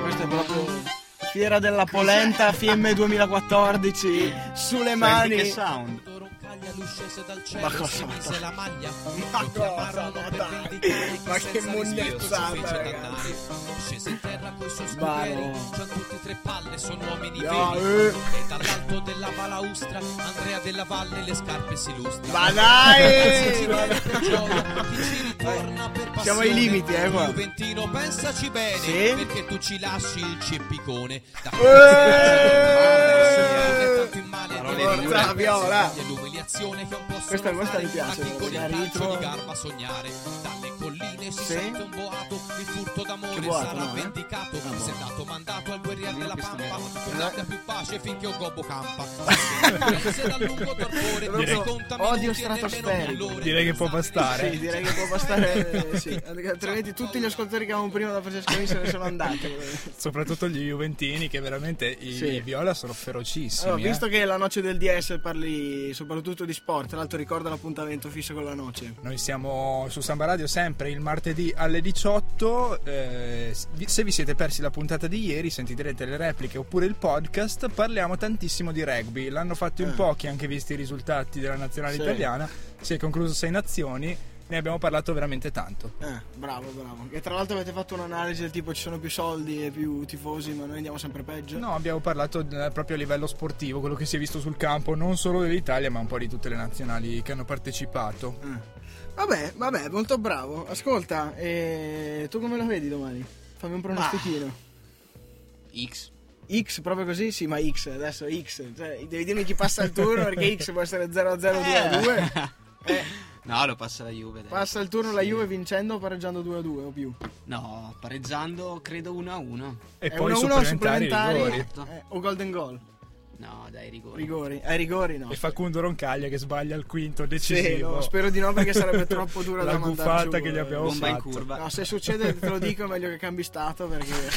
C: Questo è proprio Fiera della Polenta FM 2014. Sulle mani.
R: che sound.
A: Roncaglia l'uscese dal cielo
C: Ma cosa,
A: si
C: ma
A: mise la maglia
C: Ma
A: lo
C: cosa,
A: chiamarono
C: ma
A: per
C: dai.
A: vendicare chi
C: Ma che
A: senza rispetto ci
C: mugnazzata,
A: fece
C: ragazzi.
A: dannare. scese in terra coi suoi
C: Bravo.
A: scuderi c'han tutti tre palle sono uomini
C: No,
A: veri
C: eh.
A: e dall'alto della balaustra Andrea della Valle le scarpe si lustra
C: Ma dai!
A: Si viene per gioia, chi ci ritorna per
C: Siamo ai
A: passione.
C: limiti, eh, qua.
A: Juventino pensaci bene
C: Sì.
A: perché tu ci lasci il ceppicone da
C: Eh. Forza, Viola.
A: L'umiliazione che un po'
C: Questa-
A: solo
C: questa mi
A: fare
C: piace,
A: a chi con
C: perché
A: il
C: ha
A: calcio
C: ritmo.
A: di garba sognare Dalle colline si
C: Sì.
A: sente un boato Il furto d'amore
C: Che boato,
A: sarà
C: no, eh?
A: vendicato
C: Ah, boh.
A: Se è dato mandato al guerriero della pampa Non abbia
C: Eh.
A: più pace finché un gobbo campa Se dal lungo torpore
C: Proprio
A: si conta
C: Odio
A: minuti e nemmeno
C: stratosferico.
D: Direi che può bastare.
C: Sì, direi che può bastare. eh, sì. Altrimenti tutti gli ascoltatori che avevamo prima da Francesco Camini se ne sono andati.
D: Soprattutto gli Juventini che veramente i,
C: Sì.
D: i Viola sono ferocissimi.
C: Allora,
D: eh.
C: visto che la noce del DS parli soprattutto di sport, tra l'altro ricorda l'appuntamento fisso con la noce.
D: Noi siamo su Samba Radio sempre il martedì, martedì alle 18. eh, s- vi- se vi siete persi la puntata di ieri, sentirete le repliche oppure il podcast. Parliamo tantissimo di rugby. L'hanno fatto in
R: Eh.
D: pochi, anche visti i risultati della nazionale
C: Sì.
D: italiana. Si è concluso sei nazioni. Ne abbiamo parlato veramente tanto.
C: Eh, bravo, bravo. E tra l'altro avete fatto un'analisi del tipo ci sono più soldi e più tifosi, ma noi andiamo sempre peggio.
D: No, abbiamo parlato eh, proprio a livello sportivo, quello che si è visto sul campo, non solo dell'Italia, ma un po' di tutte le nazionali che hanno partecipato.
C: Vabbè, vabbè, molto bravo. Ascolta, eh, tu come la vedi domani? Fammi un pronostichino.
G: X.
C: X proprio così? Sì, ma X, adesso X. Cioè, devi dirmi chi passa il turno perché X può essere
A: Eh.
C: 0-0-2-2.
G: No, lo passa la Juve. dai.
C: Eh. Passa il turno la Juve vincendo o pareggiando 2-2 o più.
G: No, pareggiando credo 1-1.
C: E È poi 1-1 ai supplementari, supplementari. Eh, o golden goal.
G: No, dai, rigori.
C: Rigori, ai rigori no.
D: E Facundo Roncaglia che sbaglia il quinto
C: Sì,
D: decisivo.
C: no, spero di no perché sarebbe troppo dura
D: La
C: da mandare
D: buffata
C: giù,
D: che gli
C: eh.
D: abbiamo fatto.
C: No, se succede te lo dico, è meglio che cambi stato perché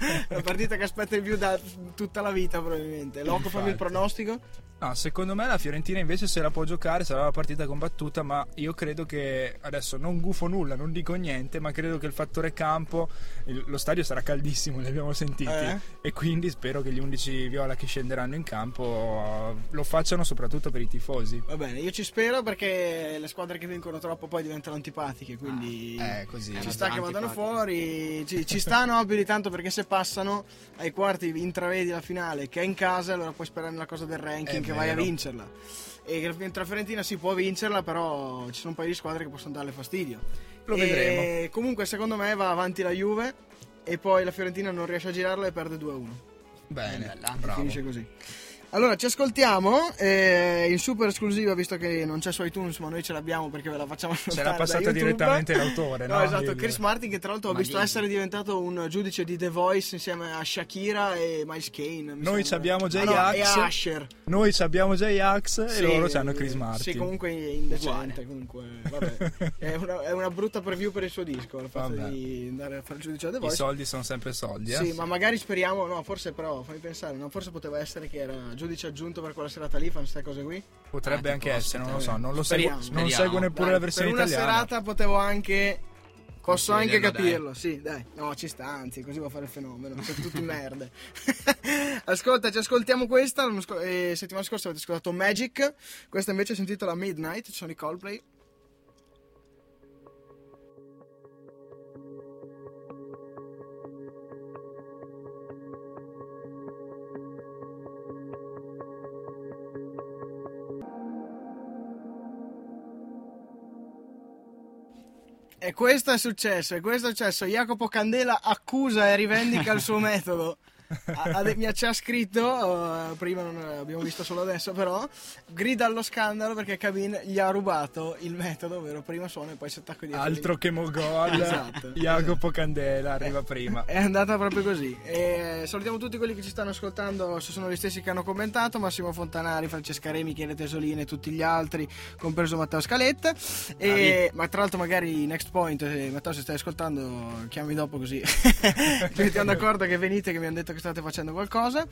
C: è una partita che aspetta in più da tutta la vita probabilmente. Loco, fammi il
D: Infatti.
C: pronostico.
D: No, secondo me la Fiorentina invece se la può giocare sarà una partita combattuta, ma io credo che adesso non gufo nulla, non dico niente, ma credo che il fattore campo, il- lo stadio sarà caldissimo, li abbiamo sentiti,
C: Eh.
D: e quindi spero che gli 11 viola che scenderanno in campo eh, lo facciano soprattutto per i tifosi.
C: Va bene, io ci spero perché le squadre che vincono troppo poi diventano antipatiche, quindi
D: Eh, così.
C: ci sta che vadano fuori, ci, ci stanno abili tanto perché se passano ai quarti intravedi la finale che è in casa, allora puoi sperare nella cosa del ranking
D: È
C: che vai a
D: vero.
C: vincerla. E che mentre la Fiorentina si può vincerla, però ci sono un paio di squadre che possono darle fastidio.
D: Lo
C: E
D: vedremo.
C: Comunque secondo me va avanti la Juve e poi la Fiorentina non riesce a girarla e perde 2-1.
D: Bene,
C: E
D: bravo.
C: Finisce così. Allora, ci ascoltiamo eh, in super esclusiva, visto che non c'è su iTunes, ma noi ce l'abbiamo perché ve la facciamo
D: Ce l'ha
C: ascoltare da
D: passata
C: YouTube.
D: direttamente l'autore, no?
C: esatto,
D: Il-
C: Chris Martin che tra l'altro ho
D: Ma
C: visto
D: dimmi.
C: essere diventato un giudice di The Voice insieme a Shakira e Miles Kane. mi
D: Noi
C: sembra.
D: ci abbiamo J-Ax,
C: Ah, no, e a Asher.
D: noi ci abbiamo J-Ax
C: Sì,
D: e loro ci hanno
C: eh,
D: Chris Martin.
C: Sì, comunque è indecente. Comunque, vabbè. è, una, è una brutta preview per il suo disco, il fatto
D: Vabbè.
C: di andare a fare il giudice a The
D: I
C: Voice.
D: soldi sono sempre soldi, eh?
C: Sì, ma magari speriamo, no, forse però, fammi pensare, no, forse poteva essere che era giudice aggiunto per quella serata lì, fanno queste cose qui.
D: Potrebbe anche essere, non lo so, non lo seguo,
C: Speriamo,
D: non
G: speriamo.
D: seguo neppure
C: Eh, Dai,
D: la versione
C: per una
D: italiana.
C: serata potevo anche posso anche
D: Consiglierlo,
C: capirlo sì dai no ci sta anzi così va a fare il fenomeno siete tutti merde ascolta ci ascoltiamo questa l'anno sco- eh, settimana scorsa avete ascoltato Magic questa invece è intitola Midnight ci sono i Coldplay E questo è successo, e questo è successo. Jacopo Candela accusa e rivendica il suo metodo. Ha- ha de- mi ha- ci ha scritto, eh, prima non abbiamo visto solo adesso però, grida allo scandalo perché Cabin gli ha rubato il metodo, ovvero prima suono e poi si attacco dietro.
D: Altro
C: lì.
D: che Mogol,
C: Esatto,
D: Jacopo Candela arriva prima.
C: È andata proprio così. E eh, salutiamo tutti quelli che ci stanno ascoltando, se sono gli stessi che hanno commentato, Massimo Fontanari, Francesca Re, Michele Tesolini e tutti gli altri, compreso Matteo Scaletta. E- ma tra l'altro magari Next Point, eh, Matteo se stai ascoltando chiami dopo così ci mettiamo d'accordo che venite che mi hanno detto che state facendo qualcosa.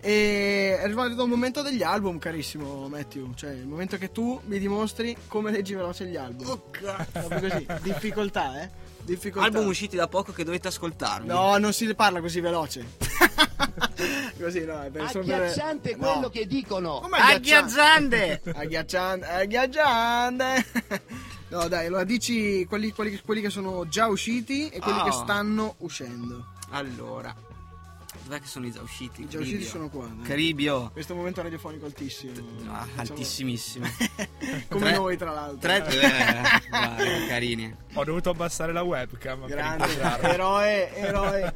C: E è arrivato un momento degli album, carissimo Matthew, cioè il momento che tu mi dimostri come leggi veloce gli album. Proprio così, difficoltà eh. Difficoltà.
G: Album usciti da poco che dovete ascoltarvi.
C: No, non si parla così veloce. così no, è per
S: Agghiacciante
C: no.
S: quello che dicono.
C: Come agghiacciante? agghiacciante, agghiacciante. No, dai, allora dici quelli, quelli- quelli che sono già usciti e quelli
G: Ah.
C: che stanno uscendo.
G: Allora, dov'è che sono i già usciti?
C: I già usciti sono qua, dai.
G: Caribio,
C: Questo è un momento radiofonico altissimo.
G: Ah,
C: Facciamo-
G: altissimissimo.
C: Come
G: Tre-
C: noi, tra l'altro.
G: Tre, eh, guarda, carini.
D: Ho dovuto abbassare la webcam. per
C: Grande,
D: inquadrarlo.
C: eroe, eroe.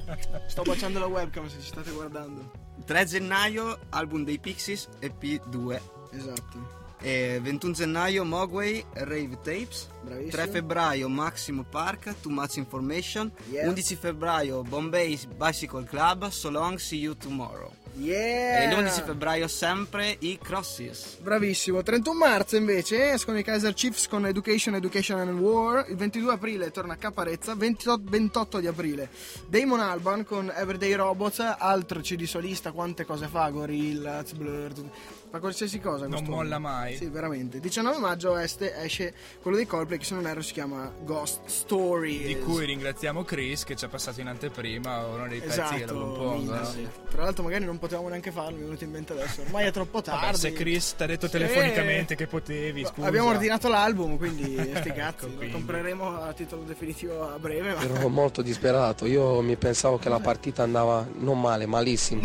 C: Sto baciando la webcam se ci state guardando.
G: 3 gennaio, album dei Pixies, EP2.
C: Esatto.
G: E 21 gennaio, Mogwai, Rave Tapes.
C: Bravissimo.
G: 3 febbraio, Maximo Park, Too Much Information.
C: Yeah.
G: 11 febbraio, Bombay Bicycle Club, So Long, See You Tomorrow.
C: Yeah!
G: E
C: Eh.
G: il 11 febbraio sempre i Crossies.
C: Bravissimo. 31 marzo invece escono i Kaiser Chiefs con Education, Education and War. Il 22 aprile torna Caparezza. 28, 28 di aprile Damon Alban con Everyday Robots. Altro CD solista, quante cose fa? Gorillaz, Blur, tutto- fa qualsiasi cosa.
D: Non
C: questo
D: molla
C: uomo.
D: mai.
C: Sì, veramente. 19 maggio este- esce quello dei Coldplay che se non erro si chiama Ghost Story.
D: Di cui ringraziamo Chris che ci ha passato in anteprima uno dei pezzi che
C: Esatto,
D: lo compongono.
C: Mina, sì. Tra l'altro magari non potevamo neanche farlo, mi è venuto in mente adesso. Ormai è troppo tardi.
D: Vabbè, se Chris ti ha detto
C: Sì.
D: telefonicamente che potevi, scusa. Ecco,
C: Abbiamo ordinato l'album, quindi sti cazzi, lo
D: quindi.
C: compreremo a titolo definitivo a breve. Ma...
R: Ero molto disperato, io mi pensavo che la partita andava non male, malissimo.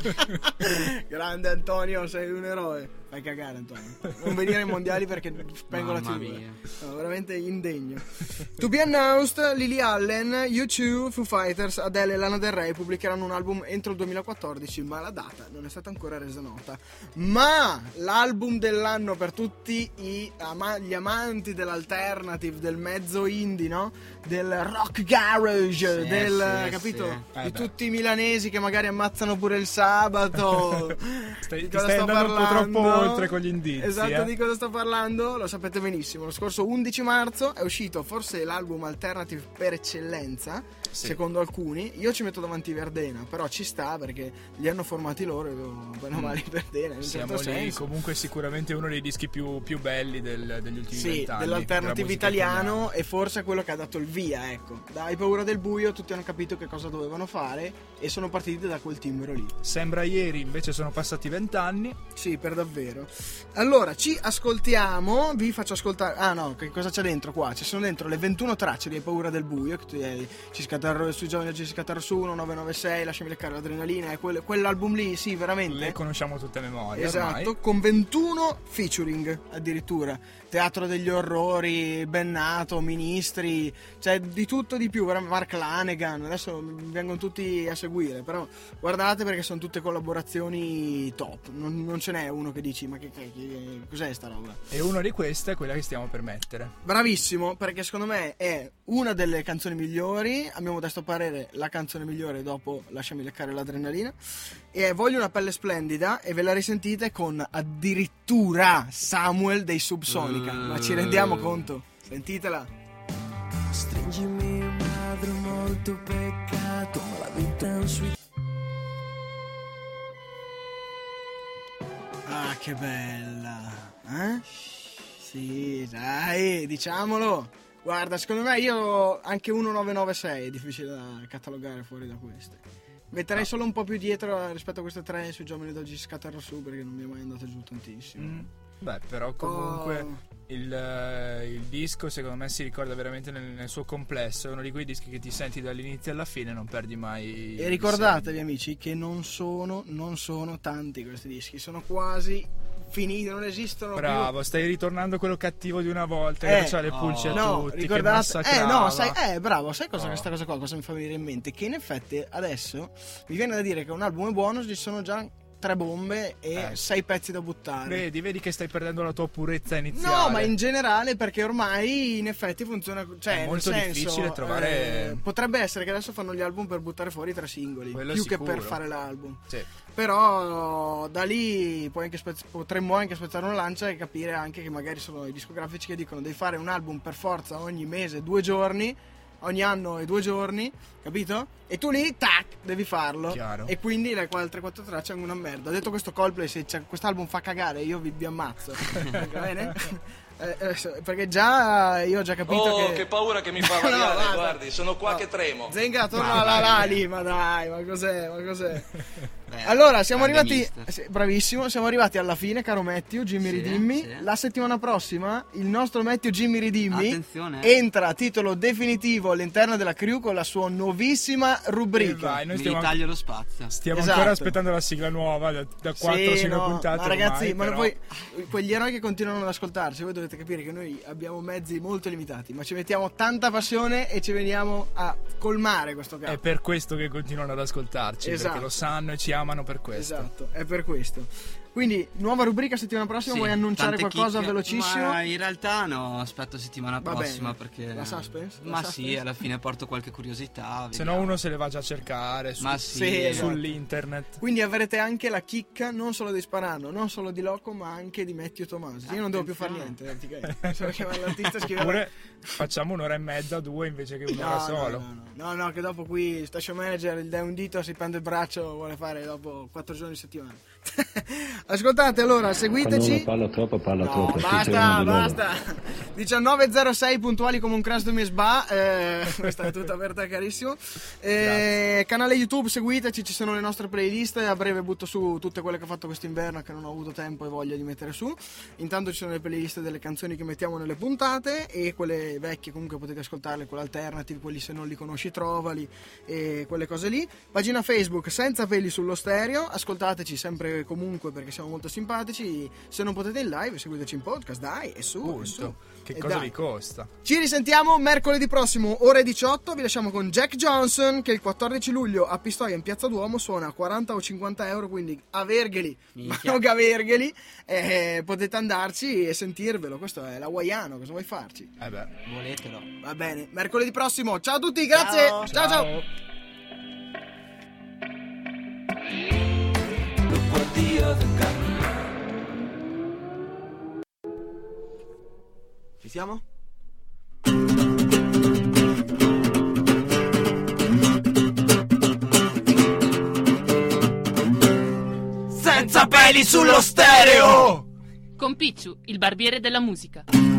C: Grande Antonio, sei un eroe. Fai cagare Antonio. Non venire ai mondiali perché spengo la
G: Mamma
C: TV.
G: mia.
C: No, veramente indegno. to be announced, Lily Allen, U2, Foo Fighters, Adele e Lana Del Rey pubblicheranno un album entro il 2014, ma la data non è stata ancora resa nota. Ma l'album dell'anno per tutti i ama- gli amanti dell'alternative, del mezzo indie, no? Del rock garage,
G: Sì,
C: del
G: sì,
C: capito?
G: sì.
C: Di
G: Eh beh.
C: tutti i milanesi che magari ammazzano pure il sabato.
D: Stai-
C: Esatto. Di
D: ti
C: cosa
D: stai
C: sto
D: andando un po'
C: parlando?
D: troppo oltre con gli indizi,
C: Esatto,
D: eh.
C: di cosa sto parlando? Lo sapete benissimo. Lo scorso 11 marzo è uscito forse l'album alternative per eccellenza,
D: Sì.
C: secondo alcuni. Io ci metto davanti Verdena, però ci sta perché li hanno formati loro, io- bene o
D: Mm.
C: male Verdena, in un
D: Siamo
C: certo
D: lì,
C: senso.
D: comunque sicuramente uno dei dischi più, più belli del- degli ultimi
C: Sì,
D: vent'anni. della
C: dell'alternative
D: musica
C: italiano e forse è quello che ha dato il via, ecco. Dai paura del buio, tutti hanno capito che cosa dovevano fare e sono partiti da quel timbro lì.
D: Sembra ieri, invece sono passati vent'anni.
C: Sì, per davvero. Allora, ci ascoltiamo, vi faccio ascoltare... Ah no, che cosa c'è dentro qua? Ci sono dentro le 21 tracce di Hai Paura del Buio, che tu hai Cisca Terror sui giovani, Cisca Terror su 1, 996, Lasciami leccare l'adrenalina, e quel- quell'album lì, sì, veramente.
D: Le conosciamo tutte a memoria.
C: Esatto,
D: ormai.
C: con 21 featuring addirittura, Teatro degli Orrori, Bennato, Ministri, cioè di tutto di più, vera- Mark Lanegan, adesso mi vengono tutti a seguire, però guardate perché sono tutte collaborazioni top, non, non ce n'è uno che dici ma che, che- che- cos'è sta roba?
D: E una di queste è quella che stiamo per mettere.
C: Bravissimo, perché secondo me è una delle canzoni migliori, a mio modesto parere la canzone migliore dopo Lasciami leccare l'adrenalina, e è Voglio una pelle splendida e ve la risentite con addirittura Samuel dei Subsonica, ma ci rendiamo conto, sentitela.
A: Stringimi madre ho molto peccato Ma la vita è un suicidio
C: Ah che bella, eh? Sì, dai, diciamolo. Guarda, secondo me io anche 1996 è difficile da catalogare fuori da queste. Metterei solo un po' più dietro eh, rispetto a queste tre sui giovani d'oggi scatterò su perché non mi è mai andato giù tantissimo.
D: Mm. Beh, però comunque
C: Oh.
D: il, eh, il disco secondo me si ricorda veramente nel, nel suo complesso. È uno di quei dischi che ti senti dall'inizio alla fine e non perdi mai.
C: E ricordatevi amici che non sono, non sono tanti questi dischi, sono quasi finiti, non esistono più.
D: Bravo, stai ritornando quello cattivo di una volta che faceva le pulce a
C: Eh, no,
D: tutti.
C: ricordate-
D: che
C: eh,
D: massacrava.
C: no, sai, eh, bravo, sai cosa
D: No.
C: questa cosa qua cosa mi fa venire in mente? Che in effetti adesso mi viene da dire che un album è buono, ci sono già tre bombe e
D: Eh.
C: sei pezzi da buttare.
D: Vedi, vedi che stai perdendo la tua purezza iniziale.
C: No, ma in generale perché ormai in effetti funziona. Cioè,
D: È
C: nel
D: molto
C: senso,
D: difficile trovare-
C: eh, potrebbe essere che adesso fanno gli album per buttare fuori tre singoli.
D: Quello
C: più che
D: sicuro.
C: per fare l'album.
D: Sì.
C: Però da lì puoi anche spezz- potremmo anche spezzare una lancia e capire anche che magari sono i discografici che dicono devi fare un album per forza ogni mese, due giorni. Ogni anno e due giorni, capito? E tu lì, tac, devi farlo.
D: Chiaro.
C: E quindi le altre quattro tracce hanno una merda. Detto questo, Coldplay, se c'è- quest'album fa cagare, io vi, vi ammazzo. Va bene? Eh, adesso- perché già io ho già capito
T: Oh, che...
C: che
T: paura che mi fa
C: No,
T: variare,
C: guarda.
T: guardi, sono qua che tremo.
C: Zenga torna alla Lali, ma dai, ma cos'è? Ma cos'è?
G: Eh,
T: Beh,
C: allora, siamo
T: grande
C: arrivati eh,
T: mister.
C: sì, bravissimo, siamo arrivati alla fine, caro Matthew, Jimmy Ridimmi. La settimana prossima il nostro Matthew Jimmy Ridimmi
G: Attenzione. eh.
C: entra a titolo definitivo all'interno della crew con la sua nuovissima
D: Eh,
C: rubrica.
G: Mi ritaglio lo spazio.
D: Stiamo
C: Esatto.
D: ancora aspettando la sigla nuova da, da 4-5
C: Sì, no,
D: puntate.
C: Ma ragazzi,
D: ormai,
C: ma
D: però-
C: poi quegli eroi che continuano ad ascoltarci, voi dovete capire che noi abbiamo mezzi molto limitati, ma ci mettiamo tanta passione e ci veniamo a colmare questo
D: È
C: caso.
D: per questo che continuano ad ascoltarci,
C: Esatto.
D: perché lo sanno e ci amano per questo.
C: Esatto, è per questo. Quindi, nuova rubrica settimana prossima,
G: Sì,
C: vuoi annunciare
G: tante
C: qualcosa
G: chicche.
C: velocissimo?
G: Ma in realtà no, aspetto settimana
C: Va
G: prossima
C: bene.
G: perché...
C: La suspense? La
G: Ma sì,
C: suspense?
G: alla fine porto qualche curiosità.
D: Se no uno se le va già a cercare su-
G: Ma sì,
D: sì,
G: esatto.
D: sull'internet.
C: Quindi avrete anche la chicca non solo di Sparano, non solo di Loco, ma anche di Matthew Tomasi. Io non devo più fare niente, praticamente. Solo chiamare l'artista e scrivere.
D: Oppure facciamo un'ora e mezza, due invece che un'ora solo.
C: No no, no, no, che dopo qui station manager il dà un dito, si prende il braccio, vuole fare dopo 4 giorni a settimana. Ascoltate allora,
K: Quando uno
C: seguiteci.
K: parla troppo, parla
C: No,
K: troppo. Chi sei uno
C: basta,
K: di loro?
C: basta. 19.06 puntuali come un crash di sba. Eh, questa è tutta per te, carissimo. Eh, canale YouTube, seguiteci, ci sono le nostre playlist. A breve butto su tutte quelle che ho fatto quest'inverno che non ho avuto tempo e voglia di mettere su. Intanto ci sono le playlist delle canzoni che mettiamo nelle puntate e quelle vecchie comunque potete ascoltarle, quelle alternative, quelli se non li conosci trovali e quelle cose lì. Pagina Facebook senza peli sullo stereo, ascoltateci sempre e comunque perché siamo molto simpatici. Se non potete in live seguiteci in podcast, dai, e su, e su.
D: Che
C: E
D: cosa
C: dai.
D: vi costa?
C: Ci risentiamo mercoledì prossimo, ore 18. Vi lasciamo con Jack Johnson che il 14 luglio a Pistoia in Piazza Duomo suona a 40 o 50 euro. Quindi avergheli, ma
G: Minchia.
C: non avergheli. eh, potete andarci e sentirvelo. Questo è l'hawaiano, cosa vuoi farci?
D: Eh beh.
G: Voletelo.
C: Va bene, mercoledì prossimo. Ciao a tutti, grazie.
G: Ciao.
C: ciao. ciao.
G: Ci siamo?
B: Senza peli sullo stereo! Con Picciu, il barbiere della musica.